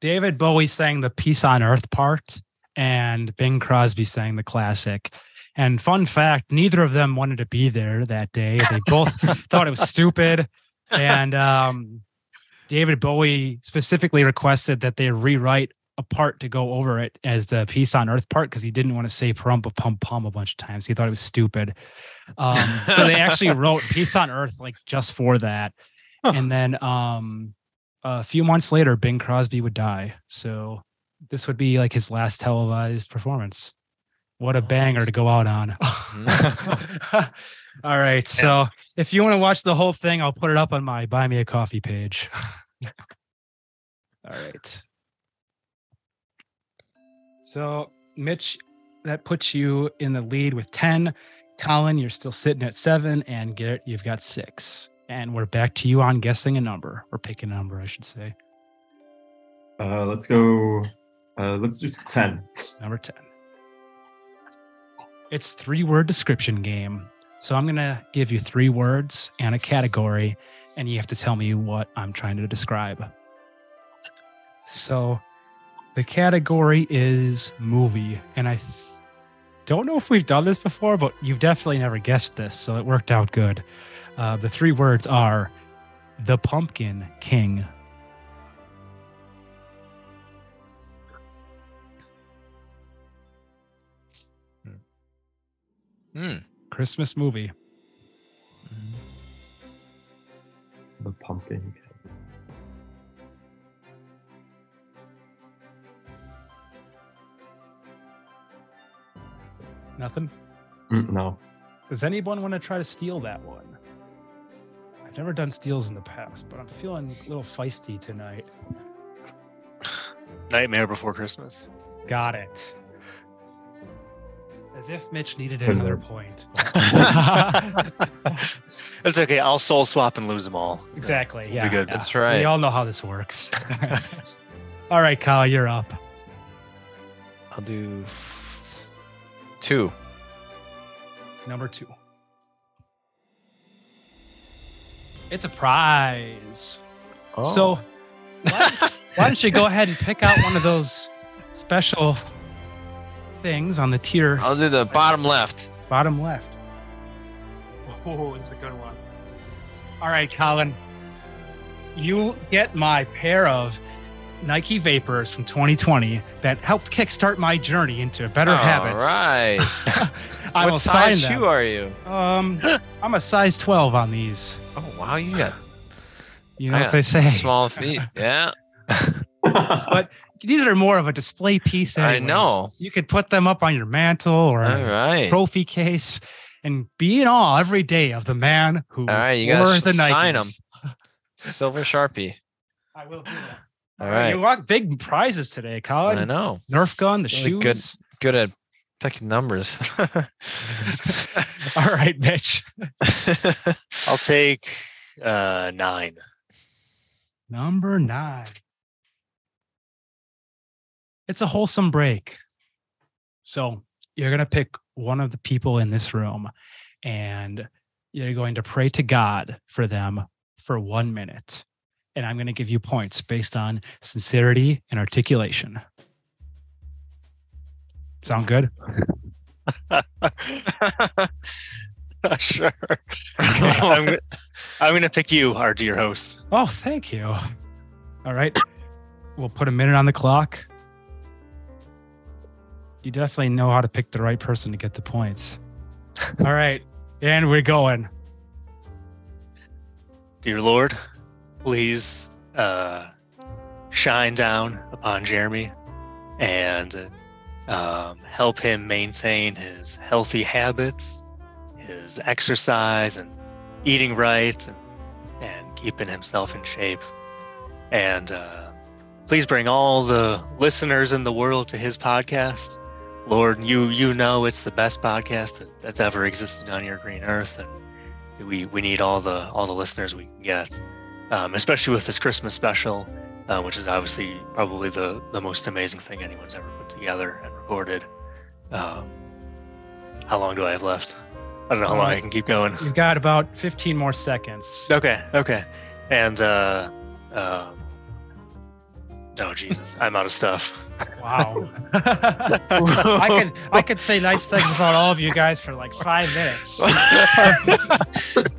Speaker 1: david bowie sang the peace on earth part and bing crosby sang the classic and fun fact neither of them wanted to be there that day they both thought it was stupid and um david bowie specifically requested that they rewrite a part to go over it as the peace on earth part because he didn't want to say pump pump pum a bunch of times he thought it was stupid um so they actually wrote peace on earth like just for that and then um a few months later bing crosby would die so this would be like his last televised performance what a banger to go out on
Speaker 3: hmm.
Speaker 1: all right so if you want to watch the whole thing, I'll put it up on my Buy Me a Coffee page. All right. So, Mitch, that puts you in the lead with 10. Colin, you're still sitting at seven. And Garrett, you've got six. And we're back to you on guessing a number or picking a number, I should say.
Speaker 4: Uh, let's go. Uh, let's do ten.
Speaker 1: Number 10. It's three word description game. So I'm going to give you three words and a category and you have to tell me what I'm trying to describe. So the category is movie and I th- don't know if we've done this before but you've definitely never guessed this so it worked out good. Uh, the three words are The Pumpkin King.
Speaker 3: Hmm.
Speaker 1: Christmas movie.
Speaker 4: The pumpkin.
Speaker 1: Nothing?
Speaker 4: Mm, no.
Speaker 1: Does anyone want to try to steal that one? I've never done steals in the past, but I'm feeling a little feisty tonight.
Speaker 2: Nightmare Before Christmas.
Speaker 1: Got it. As if Mitch needed
Speaker 4: Couldn't
Speaker 1: another
Speaker 4: there-
Speaker 1: point.
Speaker 2: That's okay. I'll soul swap and lose them all.
Speaker 1: exactly. Yeah.
Speaker 2: be good.
Speaker 1: yeah.
Speaker 3: That's right.
Speaker 1: We all know how this works. all right, Kyle, you're up.
Speaker 3: I'll do two.
Speaker 1: Number two. It's a prize.
Speaker 3: Oh.
Speaker 1: So why, why don't you go ahead and pick out one of those special things on the tier
Speaker 3: I'll do the bottom left.
Speaker 1: bottom left. Oh, it's a good one. All right, Colin. You get my pair of Nike Vapors from 2020 that helped kickstart my journey into better habits.
Speaker 3: All right.
Speaker 1: I
Speaker 3: what
Speaker 1: will
Speaker 3: size
Speaker 1: sign
Speaker 3: shoe
Speaker 1: them.
Speaker 3: are you?
Speaker 1: Um, I'm a size 12 on these.
Speaker 3: Oh wow, you got
Speaker 1: You know
Speaker 3: I
Speaker 1: what
Speaker 3: got
Speaker 1: they say.
Speaker 3: small feet. Yeah.
Speaker 1: These are more of a display piece.
Speaker 3: I
Speaker 1: Anyways.
Speaker 3: know.
Speaker 1: You could put them up on your mantle or
Speaker 3: All
Speaker 1: a
Speaker 3: right. All
Speaker 1: trophy case and be in awe every day of the man who
Speaker 3: right. You
Speaker 1: wore
Speaker 3: got
Speaker 1: the
Speaker 3: to sign them.
Speaker 1: Nikes.
Speaker 3: Silver sharpie.
Speaker 1: I will do that.
Speaker 3: All
Speaker 1: Well, You
Speaker 3: right.
Speaker 1: want big prizes today,
Speaker 3: I
Speaker 1: Colin.
Speaker 3: know.
Speaker 1: Nerf gun, the
Speaker 3: Really
Speaker 1: shoes.
Speaker 3: good. Good at picking numbers.
Speaker 1: All right, Mitch.
Speaker 2: I'll take uh nine.
Speaker 1: Number nine. It's a wholesome break. So you're going to pick one of the people in this room and you're going to pray to God for them for one minute. And I'm going to give you points based on sincerity and articulation. Sound good?
Speaker 2: sure. I'm, go- I'm gonna pick you, our dear host.
Speaker 1: Oh, thank you. All right. We'll put a minute on the clock. You definitely know how to pick the right person to get the points. All right. And we're going.
Speaker 2: Dear Lord, please uh shine down upon Jeremy and um, help him maintain his healthy habits, his exercise and eating right, and, and keeping himself in shape. And uh, please bring all the listeners in the world to his podcast. Lord, you you know it's the best podcast that, that's ever existed on your green earth, and we we need all the all the listeners we can get, um, especially with this Christmas special, uh, which is obviously probably the the most amazing thing anyone's ever put together and recorded. Um, how long do I have left? I don't know how long I can keep going.
Speaker 1: You've got about 15 more seconds.
Speaker 2: Okay, okay. And uh, uh, oh Jesus, I'm out of stuff.
Speaker 1: Wow. I could I could say nice things about all of you guys for like five minutes. All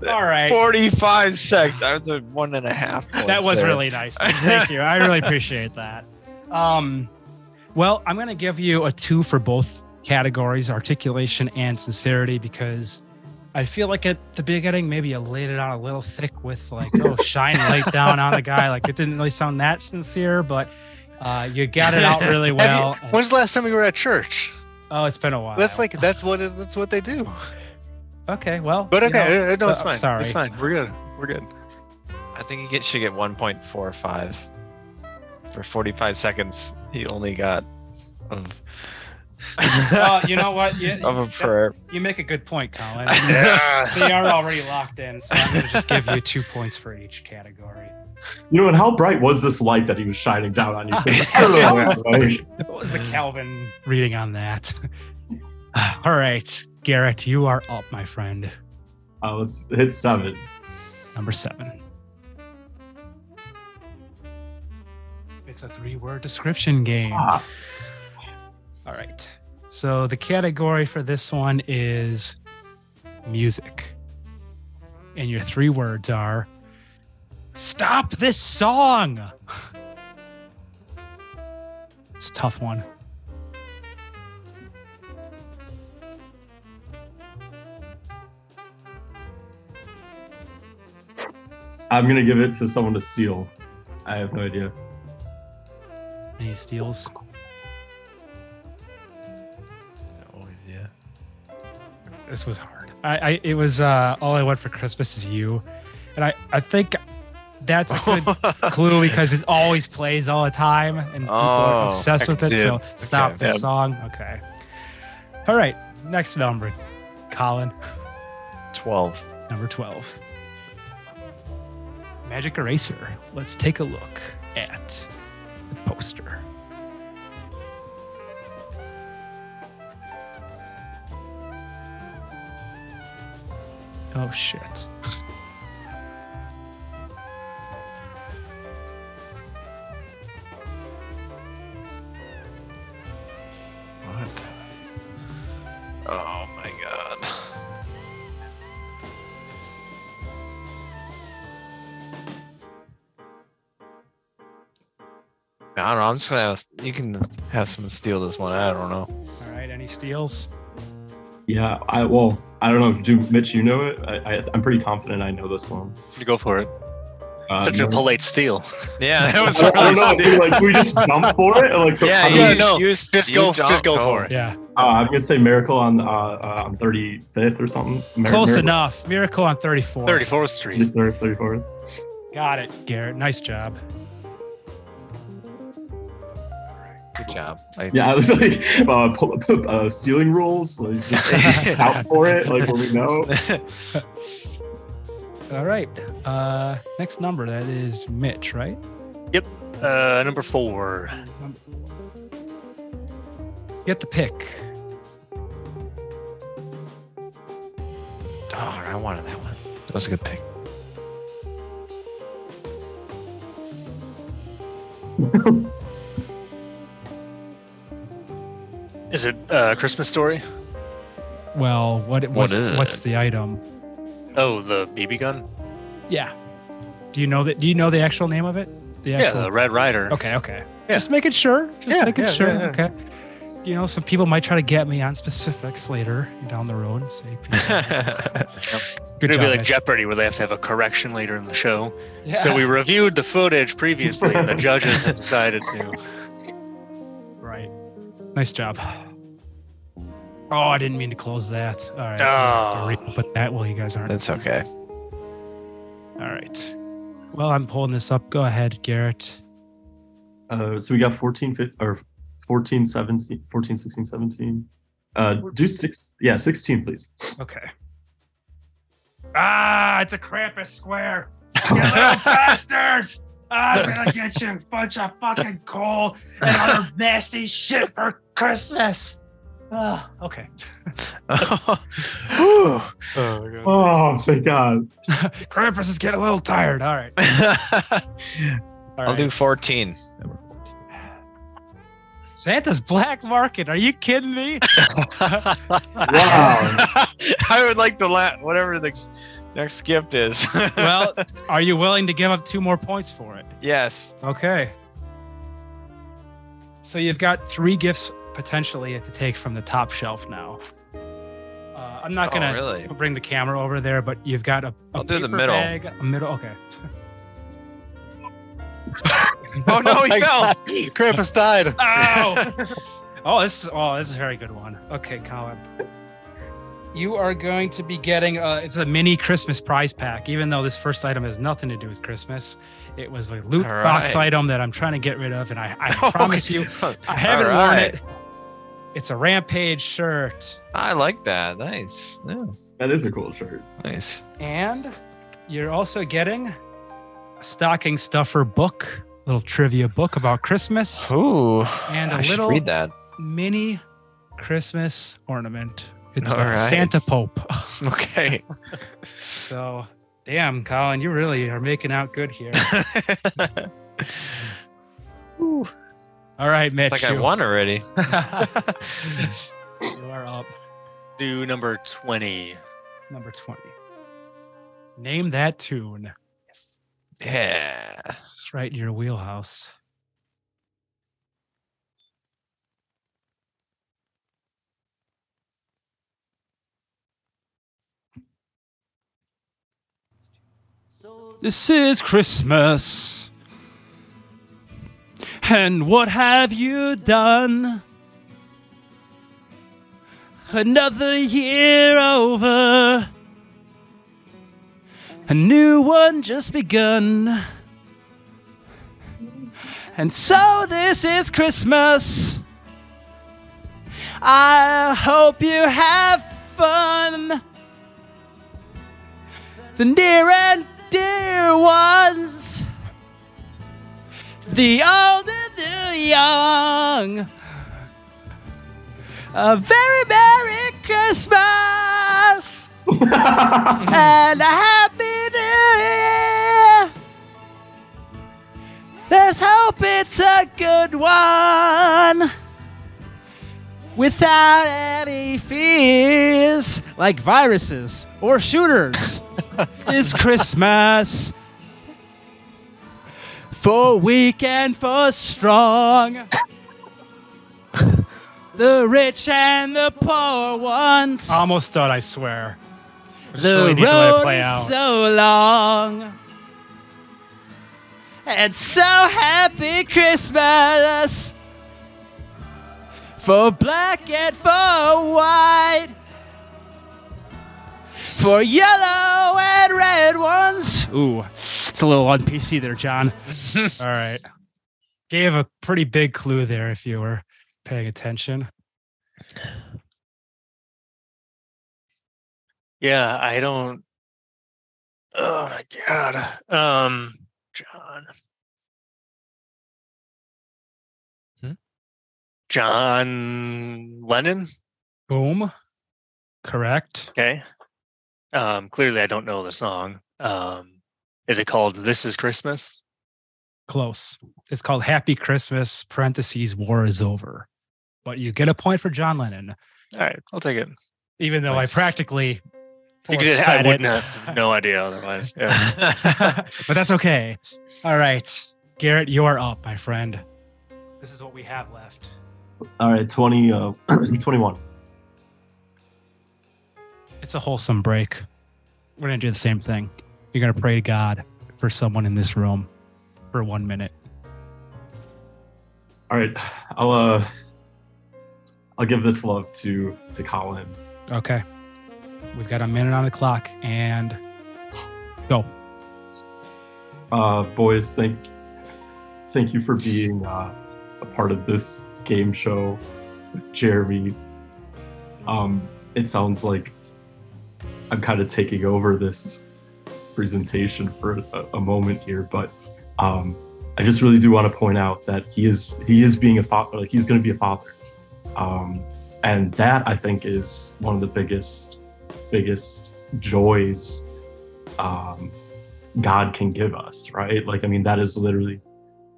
Speaker 1: right.
Speaker 3: 45 seconds. I was at one and a half.
Speaker 1: That
Speaker 3: points
Speaker 1: was
Speaker 3: there.
Speaker 1: really nice. man. Thank you. I really appreciate that. Um, well, I'm going to give you a two for both categories, articulation and sincerity, because I feel like at the beginning, maybe I laid it on a little thick with like, oh, shine light down on the guy. Like it didn't really sound that sincere, but uh, you got it out really
Speaker 2: Have you-
Speaker 1: well. and-
Speaker 2: when's the last time we were at church?
Speaker 1: oh, it's been a while.
Speaker 2: That's like that's what it, that's what they do.
Speaker 1: okay, well,
Speaker 2: But
Speaker 1: you
Speaker 2: okay,
Speaker 1: know,
Speaker 2: uh, no, it's
Speaker 1: uh,
Speaker 2: fine.
Speaker 1: sorry.
Speaker 2: It's fine. We're good. We're good.
Speaker 3: I think he get, should get 1.45. For 45 seconds, he only got of,
Speaker 1: Well, you know what? You,
Speaker 2: Um,
Speaker 3: of a prayer.
Speaker 1: you make a good point, Colin.
Speaker 2: Yeah.
Speaker 1: they are already locked in, so I'm gonna just give you two points for each category.
Speaker 4: You know, and how bright was this light that he was shining down on you? 'Cause I don't know, like,
Speaker 1: What was the Calvin Uh, reading on that? All right, Garrett, you are up, my friend.
Speaker 4: uh, let's hit seven.
Speaker 1: Number seven. It's a three word description game.
Speaker 4: Ah.
Speaker 1: All right. So the category for this one is music. And your three words are Stop this song. It's a tough one.
Speaker 4: I'm gonna give it to someone to steal. I have no idea.
Speaker 1: Any steals?
Speaker 3: Oh, yeah.
Speaker 1: this was hard. I, I it was uh, all I want for Christmas is you, and I I think that's a good clue because it always plays all the time, and people are
Speaker 3: Oh,
Speaker 1: obsessed with it.
Speaker 3: dude.
Speaker 1: So stop
Speaker 3: Okay.
Speaker 1: this
Speaker 3: Yeah.
Speaker 1: song. Okay. All right, next number, Colin,
Speaker 3: 12.
Speaker 1: number twelve. Magic Eraser. Let's take a look at the poster. Oh shit.
Speaker 3: What? Oh my god. I don't know. I'm just gonna. Ask, you can have someone steal this one. I don't know.
Speaker 1: All right, any steals?
Speaker 4: Yeah, I well, I don't know. Do Mitch, you know it? I, I, I'm pretty confident I know this one.
Speaker 2: You go for it.
Speaker 4: Uh,
Speaker 2: Such a
Speaker 4: no-
Speaker 2: polite steal.
Speaker 3: Yeah, that was
Speaker 4: I don't, I
Speaker 3: really.
Speaker 4: don't know. dude, like, we just jump for it. Like, the-
Speaker 3: yeah,
Speaker 4: I'm,
Speaker 3: you,
Speaker 4: gonna,
Speaker 2: yeah, no,
Speaker 3: you-
Speaker 2: just
Speaker 3: you
Speaker 2: go-
Speaker 3: don't
Speaker 2: just go for it.
Speaker 1: Yeah,
Speaker 4: uh, I'm gonna say miracle on uh, uh, on 35th or something. Mir-
Speaker 1: close
Speaker 4: Miracle-
Speaker 1: enough. Miracle on 34.
Speaker 2: 34th Street.
Speaker 4: Just there, 34th.
Speaker 1: Got it, Garrett. Nice job.
Speaker 3: Good job. Like,
Speaker 4: Yeah, I was like uh, pull, pull, uh, stealing rules. Like, just out for it. Like, where we know.
Speaker 1: All right. Uh, next number that is Mitch, right?
Speaker 2: Uh, number four.
Speaker 1: Get the pick.
Speaker 3: Darn, I wanted that one. That was a good pick.
Speaker 2: Is it uh, Christmas Story?
Speaker 1: Well, what what's,
Speaker 3: is it?
Speaker 1: what's the item?
Speaker 2: Oh, the BB gun.
Speaker 1: Yeah. Do you know that? Do you know the actual name of it? The
Speaker 2: Yeah,
Speaker 1: actual.
Speaker 2: the Red Rider.
Speaker 1: okay. Okay.
Speaker 2: Yeah.
Speaker 1: Just making sure. Just
Speaker 2: Yeah,
Speaker 1: making
Speaker 2: yeah,
Speaker 1: sure.
Speaker 2: yeah, yeah.
Speaker 1: Okay. You know, some people might try to get me on specifics later down the road. and Say, good
Speaker 2: It'd
Speaker 1: job.
Speaker 2: be like
Speaker 1: Mitch.
Speaker 2: Jeopardy, where they have to have a correction later in the show.
Speaker 1: Yeah.
Speaker 2: So we reviewed the footage previously, and the judges have decided to.
Speaker 1: right. Nice job. Oh, I didn't mean to close that. All right.
Speaker 2: Ah.
Speaker 1: I'm gonna have to reopen that while you guys aren't.
Speaker 3: That's okay.
Speaker 1: All right. Well, I'm pulling this up. Go ahead, Garrett.
Speaker 4: Uh, so we got 14, fif- or 14, 17, 14, 16, 17. Uh, do six, yeah, 16, please.
Speaker 1: Okay. Ah, it's a Krampus square. You little bastards! I'm gonna get you a bunch of fucking coal and other nasty shit for Christmas. Ah, okay.
Speaker 3: Whew.
Speaker 2: Oh, God.
Speaker 4: Oh, thank God.
Speaker 1: Krampus is getting a little tired. All right. All
Speaker 3: I'll
Speaker 1: right.
Speaker 3: do 14.
Speaker 1: Santa's black market. Are you kidding me?
Speaker 3: I would like the la- whatever the next gift is.
Speaker 1: well, are you willing to give up two more points for it?
Speaker 3: yes.
Speaker 1: Okay. So you've got three gifts potentially to take from the top shelf now. Uh, I'm not gonna
Speaker 3: Oh, really?
Speaker 1: bring the camera over there, but you've got a. a
Speaker 3: I'll do the
Speaker 1: paper
Speaker 3: middle.
Speaker 1: Bag, a middle. Okay.
Speaker 3: Oh no, he fell. Oh,
Speaker 2: Krampus died.
Speaker 1: Ow! oh, this is oh, this is a very good one. Okay, Colin. You are going to be getting a, it's a mini Christmas prize pack, even though this first item has nothing to do with Christmas. It was a loot
Speaker 3: All
Speaker 1: box
Speaker 3: right. Oh
Speaker 1: item that I'm trying to get rid of, and I, I promise you, I haven't
Speaker 3: All
Speaker 1: worn
Speaker 3: right.
Speaker 1: it. It's a rampage shirt.
Speaker 3: I like that. Nice. Yeah,
Speaker 4: That is a cool shirt.
Speaker 3: nice.
Speaker 1: And you're also getting a stocking stuffer book, little trivia book about Christmas,
Speaker 3: Ooh.
Speaker 1: And
Speaker 3: a
Speaker 1: a little-
Speaker 3: read that.
Speaker 1: mini Christmas ornament. It's
Speaker 3: All
Speaker 1: a
Speaker 3: right.
Speaker 1: Santa Pope.
Speaker 3: Okay.
Speaker 1: So, damn, Colin, you really are making out good here.
Speaker 3: Ooh,
Speaker 1: All right, Mitch.
Speaker 3: like I
Speaker 1: you-
Speaker 3: won already.
Speaker 1: you are up.
Speaker 2: Do number 20.
Speaker 1: Number 20. Name that tune.
Speaker 2: Yes.
Speaker 3: Yeah.
Speaker 1: This is right in your wheelhouse. This is Christmas. And what have you done? Another year over. A new one just begun. And so this is Christmas. I hope you have fun. The near and dear ones, the old and the young. A very Merry Christmas and a Happy New Year. Let's hope it's a good one. Without any fears like viruses or shooters. it's Christmas. For weak and for strong. the rich and the poor ones. Almost done, I swear. The road is so long. And so happy Christmas for black and for white, for yellow and red ones. Ooh, it's a little on PC there, John. All right. Gave a pretty big clue there if you were paying attention.
Speaker 2: Yeah, I don't. Oh my god. Um, John.
Speaker 3: Hmm?
Speaker 2: John Lennon.
Speaker 1: Boom. Correct.
Speaker 2: Okay. Um, clearly, I don't know the song. Um, is it called "This Is Christmas"?
Speaker 1: Close. It's called Happy Christmas, parentheses, war is over. But you get a point for John Lennon,
Speaker 2: All right, I'll take it.
Speaker 1: even though I
Speaker 3: Nice.
Speaker 1: practically.
Speaker 2: You could- I
Speaker 1: force-fed
Speaker 2: wouldn't
Speaker 1: it.
Speaker 2: have no idea otherwise. Yeah.
Speaker 1: but that's okay. All right. Garrett, you're up, my friend. This is what we have left.
Speaker 4: All right, 20, uh, 21.
Speaker 1: It's a wholesome break. We're going to do the same thing. You're going to pray to God for someone in this room for one minute.
Speaker 4: All right, I'll uh, I'll give this love to to Colin.
Speaker 1: Okay. We've got a minute on the clock and
Speaker 4: Uh, boys, thank thank you for being uh, a part of this game show with Jeremy. Um, it sounds like I'm kind of taking over this presentation for a, a moment here, but um, I just really do want to point out that he is he is being a father, like he's going to be a father, um, and that I think is one of the biggest biggest joys. Um, God can give us, right? Like, I mean, that is literally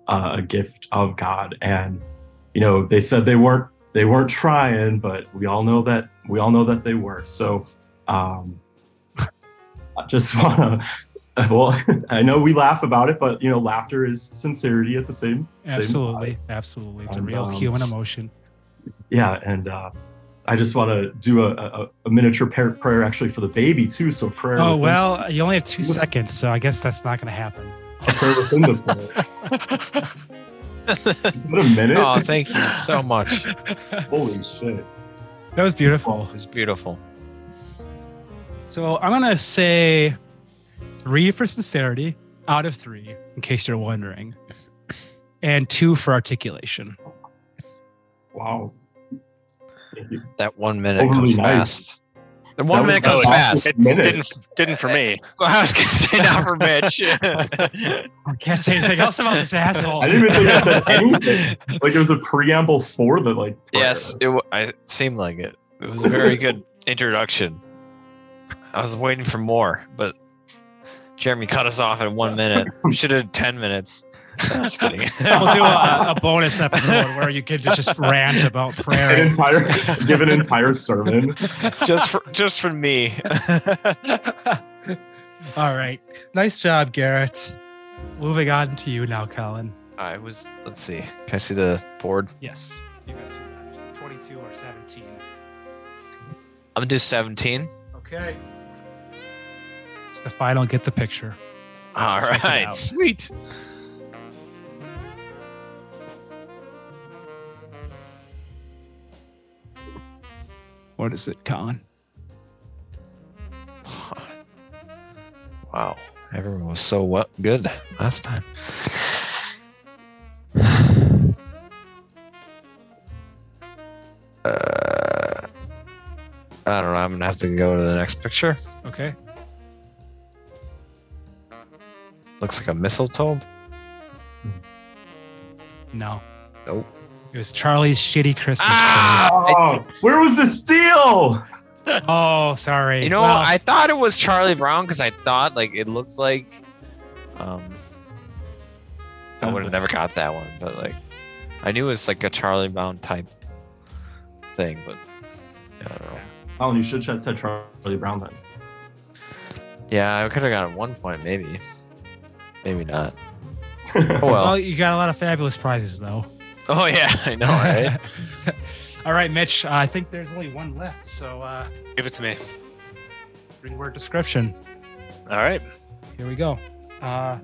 Speaker 4: uh, a gift of God. And you know, they said they weren't they weren't trying, but we all know that we all know that they were. So, um, I just want to. Well, I know we laugh about it, but you know, laughter is sincerity at the same. same
Speaker 1: absolutely, absolutely. It's a
Speaker 4: And,
Speaker 1: real
Speaker 4: um,
Speaker 1: human emotion.
Speaker 4: yeah and uh i just want to do a, a, a miniature prayer, prayer actually for the baby too so prayer
Speaker 1: Oh,
Speaker 4: within-
Speaker 1: well, you only have two seconds, so I guess that's not going to happen.
Speaker 4: a prayer within the prayer. Is it a minute
Speaker 3: oh, thank you so much.
Speaker 4: holy shit
Speaker 1: That was beautiful.
Speaker 3: It was beautiful.
Speaker 1: So I'm gonna say three for sincerity out of three, in case you're wondering, and two for articulation.
Speaker 4: wow Thank you.
Speaker 3: That one minute
Speaker 4: Overly
Speaker 3: comes
Speaker 4: nice.
Speaker 3: fast. The one
Speaker 4: That
Speaker 3: minute
Speaker 2: was
Speaker 3: goes
Speaker 2: the
Speaker 3: fast.
Speaker 4: fastest minute.
Speaker 2: Didn't didn't for me.
Speaker 3: I was gonna say not for Mitch.
Speaker 1: I can't say anything else about this asshole.
Speaker 4: I didn't even think I said anything. Like it was a preamble for the like. prayer.
Speaker 3: yes, it, w- I, it seemed like it. It was a very good introduction. I was waiting for more, but Jeremy cut us off at one minute. We should have ten minutes. No, just kidding.
Speaker 1: We'll do uh, a, a bonus episode where you can just rant about prayer.
Speaker 4: An entire give an entire sermon.
Speaker 3: just for just for me.
Speaker 1: All right, nice job, Garrett. Moving on to you now, Colin.
Speaker 3: I was. Let's see. Can I see the board?
Speaker 1: Yes, you got two left. Twenty-two or seventeen.
Speaker 3: I'm gonna do 17.
Speaker 5: Okay.
Speaker 1: It's the final. Get the picture.
Speaker 3: All
Speaker 1: check it
Speaker 3: right,
Speaker 1: out.
Speaker 3: sweet.
Speaker 1: What is it, Colin?
Speaker 3: Wow, everyone was so what good last time. Uh, I don't know. I'm gonna have to go to the next picture.
Speaker 1: Okay.
Speaker 3: Looks like a mistletoe.
Speaker 1: No.
Speaker 3: Nope.
Speaker 1: It was Charlie's shitty Christmas. Ah!
Speaker 4: Oh, where was the steal?
Speaker 1: tree. Oh, sorry.
Speaker 3: You know,
Speaker 1: Well,
Speaker 3: I thought it was Charlie Brown because I thought like it looked like. Um, I would have never got that one, but like, I knew it was like a Charlie Brown type thing, but yeah, I don't know.
Speaker 4: Colin, you should have said Charlie Brown then.
Speaker 3: Yeah, I could have gotten one point, maybe, maybe not. Oh well.
Speaker 1: well, you got a lot of fabulous prizes, though.
Speaker 3: Oh yeah, I know, right?
Speaker 1: All right, Mitch. Uh, I think there's only one left. So, uh,
Speaker 2: Give it to me.
Speaker 1: three-word description.
Speaker 2: All right.
Speaker 1: Here we go. Uh,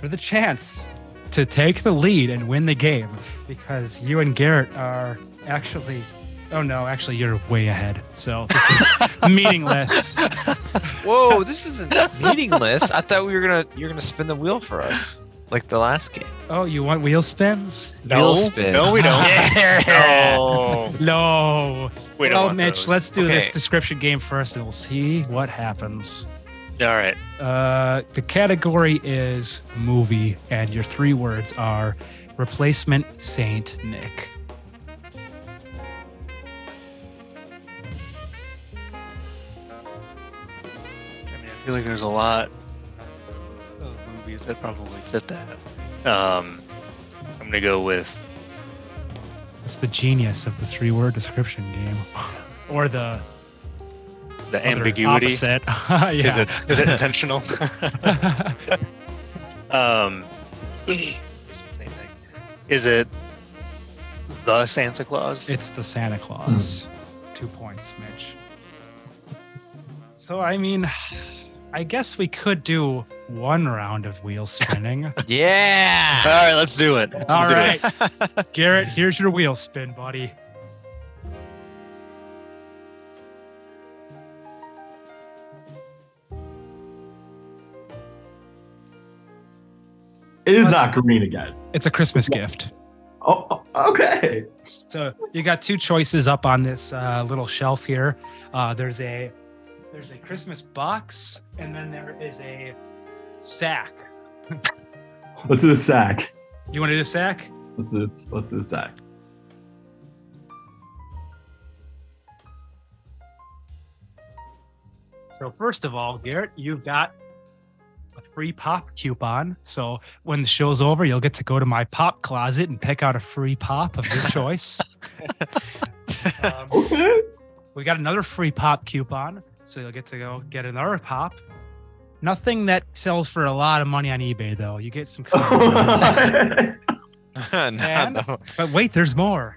Speaker 1: for the chance to take the lead and win the game, because you and Garrett are actually. Oh no, actually, you're way ahead. So this is meaningless.
Speaker 3: Whoa, this isn't meaningless. I thought we were gonna you're gonna spin the wheel for us, like the last game.
Speaker 1: Oh, you want wheel spins?
Speaker 3: Wheel spin.
Speaker 2: no, we don't.
Speaker 3: Yeah.
Speaker 2: No,
Speaker 1: No.
Speaker 2: we don't.
Speaker 1: well,
Speaker 2: want
Speaker 1: Mitch,
Speaker 2: those.
Speaker 1: let's do
Speaker 3: Okay.
Speaker 1: this description game first, and we'll see what happens.
Speaker 2: All right.
Speaker 1: Uh, the category is movie, and your three words are replacement Saint Nick.
Speaker 2: I mean, I feel like there's a lot of movies that probably fit that. Um, I'm gonna go with
Speaker 1: That's the genius of the three-word description game, or the
Speaker 2: the
Speaker 1: other
Speaker 2: ambiguity.
Speaker 1: Opposite. yeah.
Speaker 2: Is it is it intentional? um, is it the Santa Claus?
Speaker 1: It's the Santa Claus.
Speaker 2: Hmm.
Speaker 1: Two points, Mitch. So I mean, I guess we could do one round of wheel spinning.
Speaker 2: All
Speaker 3: Yeah.
Speaker 2: right, let's do it. Let's
Speaker 1: All
Speaker 2: do
Speaker 1: right,
Speaker 2: it.
Speaker 1: Garrett, here's your wheel spin, buddy.
Speaker 4: It is not green again.
Speaker 1: It's a Christmas gift.
Speaker 4: Oh, oh, okay.
Speaker 1: So you got two choices up on this uh, little shelf here. Uh, there's a there's a Christmas box, and then there is a sack.
Speaker 4: Let's do the sack.
Speaker 1: You want to do the sack?
Speaker 4: Let's do, let's do the sack.
Speaker 1: So first of all, Garrett, you've got a free pop coupon. So when the show's over, you'll get to go to my pop closet and pick out a free pop of your choice. um,
Speaker 4: Okay.
Speaker 1: we got another free pop coupon, so you'll get to go get another pop. Nothing that sells for a lot of money on eBay, though. You get some. coupons.
Speaker 3: no, no.
Speaker 1: but wait, there's more.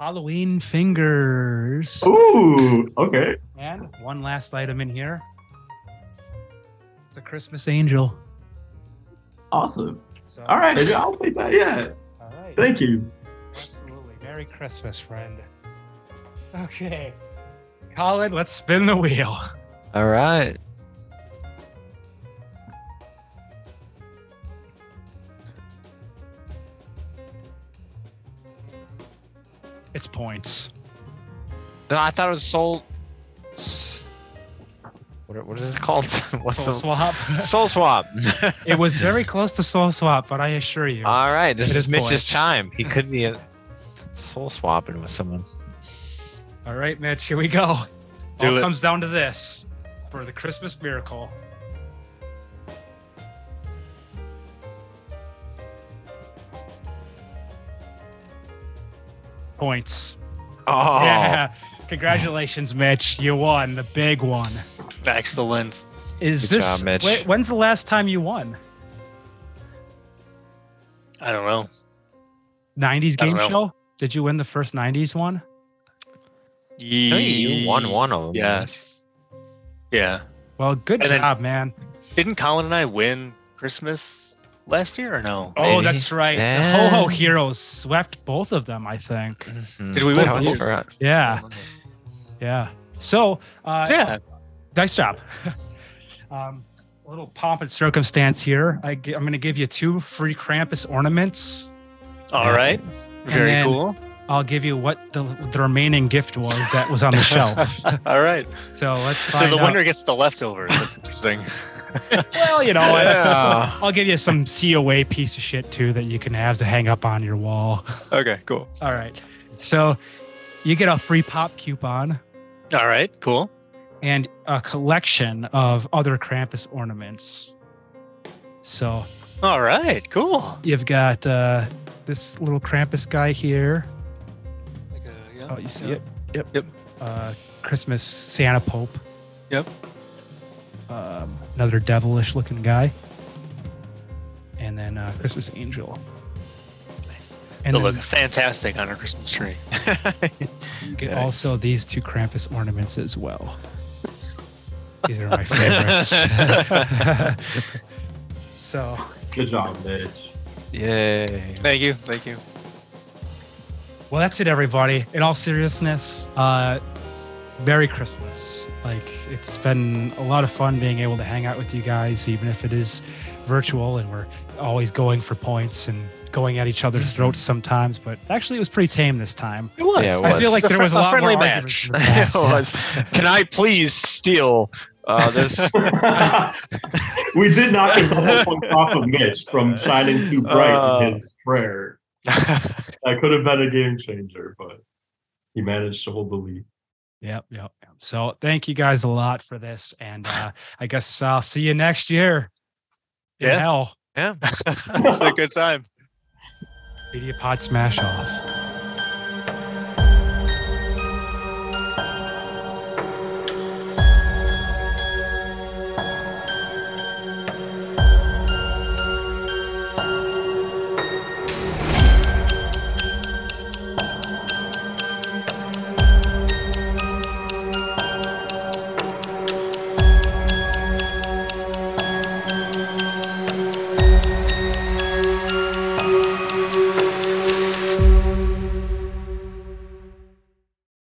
Speaker 1: Halloween fingers.
Speaker 4: Ooh, okay.
Speaker 1: And one last item in here. It's a Christmas angel.
Speaker 4: Awesome.
Speaker 1: So,
Speaker 4: All right, yeah, I'll take that. Yeah.
Speaker 1: All right.
Speaker 4: Thank you.
Speaker 1: Absolutely. Merry Christmas, friend. Okay. Colin, let's spin the wheel.
Speaker 3: All right.
Speaker 1: It's points.
Speaker 3: No, I thought it was soul. s- What, are- what is this called? What's
Speaker 1: Soul
Speaker 3: the
Speaker 1: swap.
Speaker 3: soul swap?
Speaker 1: it was very close to soul swap, but I assure you.
Speaker 3: All right, this
Speaker 1: It
Speaker 3: is
Speaker 1: is
Speaker 3: Mitch's
Speaker 1: voice.
Speaker 3: time. He could be a soul swapping with someone.
Speaker 1: All right, Mitch, here we go.
Speaker 2: Do
Speaker 1: All
Speaker 2: it.
Speaker 1: comes down to this for the Christmas miracle. Points.
Speaker 3: Oh,
Speaker 1: Yeah. Congratulations, Mitch. You won the big one.
Speaker 2: Excellent.
Speaker 1: Is
Speaker 3: Good
Speaker 1: this
Speaker 3: job, Mitch.
Speaker 1: wh- when's the last time you won?
Speaker 2: I don't know.
Speaker 1: 90s
Speaker 2: I don't
Speaker 1: game show? Did you win the first 90s one?
Speaker 3: I think you won one of them.
Speaker 2: Yes. Yeah.
Speaker 1: Well, good
Speaker 2: And then-
Speaker 1: job, man.
Speaker 2: Didn't Colin and I win Christmas last year or no?
Speaker 1: Oh,
Speaker 3: Maybe.
Speaker 1: that's right. The
Speaker 3: Yeah.
Speaker 1: Ho Ho Heroes swept both of them, I think.
Speaker 3: Mhm.
Speaker 2: Did we win
Speaker 3: I
Speaker 2: both?
Speaker 3: almost forgot.
Speaker 1: Yeah, yeah. So, uh,
Speaker 2: Yeah.
Speaker 1: nice job. um, a little pomp and circumstance here. I, am going to give you two free Krampus ornaments.
Speaker 2: All right. Very
Speaker 1: then-
Speaker 2: cool.
Speaker 1: I'll give you what the, the remaining gift was that was on the shelf.
Speaker 2: All right.
Speaker 1: So let's
Speaker 2: So
Speaker 1: find
Speaker 2: the
Speaker 1: out.
Speaker 2: winner gets the leftovers. That's interesting.
Speaker 1: well, you know, I-
Speaker 3: Yeah.
Speaker 1: I'll give you some COA piece of shit too that you can have to hang up on your wall.
Speaker 3: Okay, cool.
Speaker 1: All right. So you get a free pop coupon
Speaker 2: All right. Cool.
Speaker 1: and a collection of other Krampus ornaments. So
Speaker 2: All right. Cool.
Speaker 1: you've got uh, this little Krampus guy here. Oh, you see it? Yep.
Speaker 2: Yep.
Speaker 1: Uh, Christmas Santa Pope.
Speaker 2: Yep.
Speaker 1: Um, another devilish looking guy. And then uh, Christmas Angel.
Speaker 2: Nice.
Speaker 1: And
Speaker 2: they
Speaker 1: then
Speaker 2: look fantastic on our Christmas tree.
Speaker 1: you get also these two Krampus ornaments as well. These are my favorites. so,
Speaker 4: Good job, Mitch.
Speaker 3: Yay.
Speaker 2: Thank you. Thank you.
Speaker 1: well, that's it, everybody. In all seriousness, uh, Merry Christmas. Like, it's been a lot of fun being able to hang out with you guys, even if it is virtual and we're always going for points and going at each other's throats sometimes. But actually, it was pretty tame this time.
Speaker 2: It was.
Speaker 3: Yeah, it
Speaker 1: I feel
Speaker 3: was.
Speaker 1: like there was a lot
Speaker 2: friendly
Speaker 1: more arguments
Speaker 2: match.
Speaker 1: in the past.
Speaker 3: It was. Can I please steal uh, this?
Speaker 4: we did not get the whole point off of Mitch from shining too bright in his prayer. That could have been a game changer, but he managed to hold the lead.
Speaker 1: Yep, yep, yep. So thank you guys a lot for this, and uh, I guess I'll see you next year. In
Speaker 2: Yeah.
Speaker 1: hell,
Speaker 3: yeah.
Speaker 2: it was a good time.
Speaker 1: media pod smash off.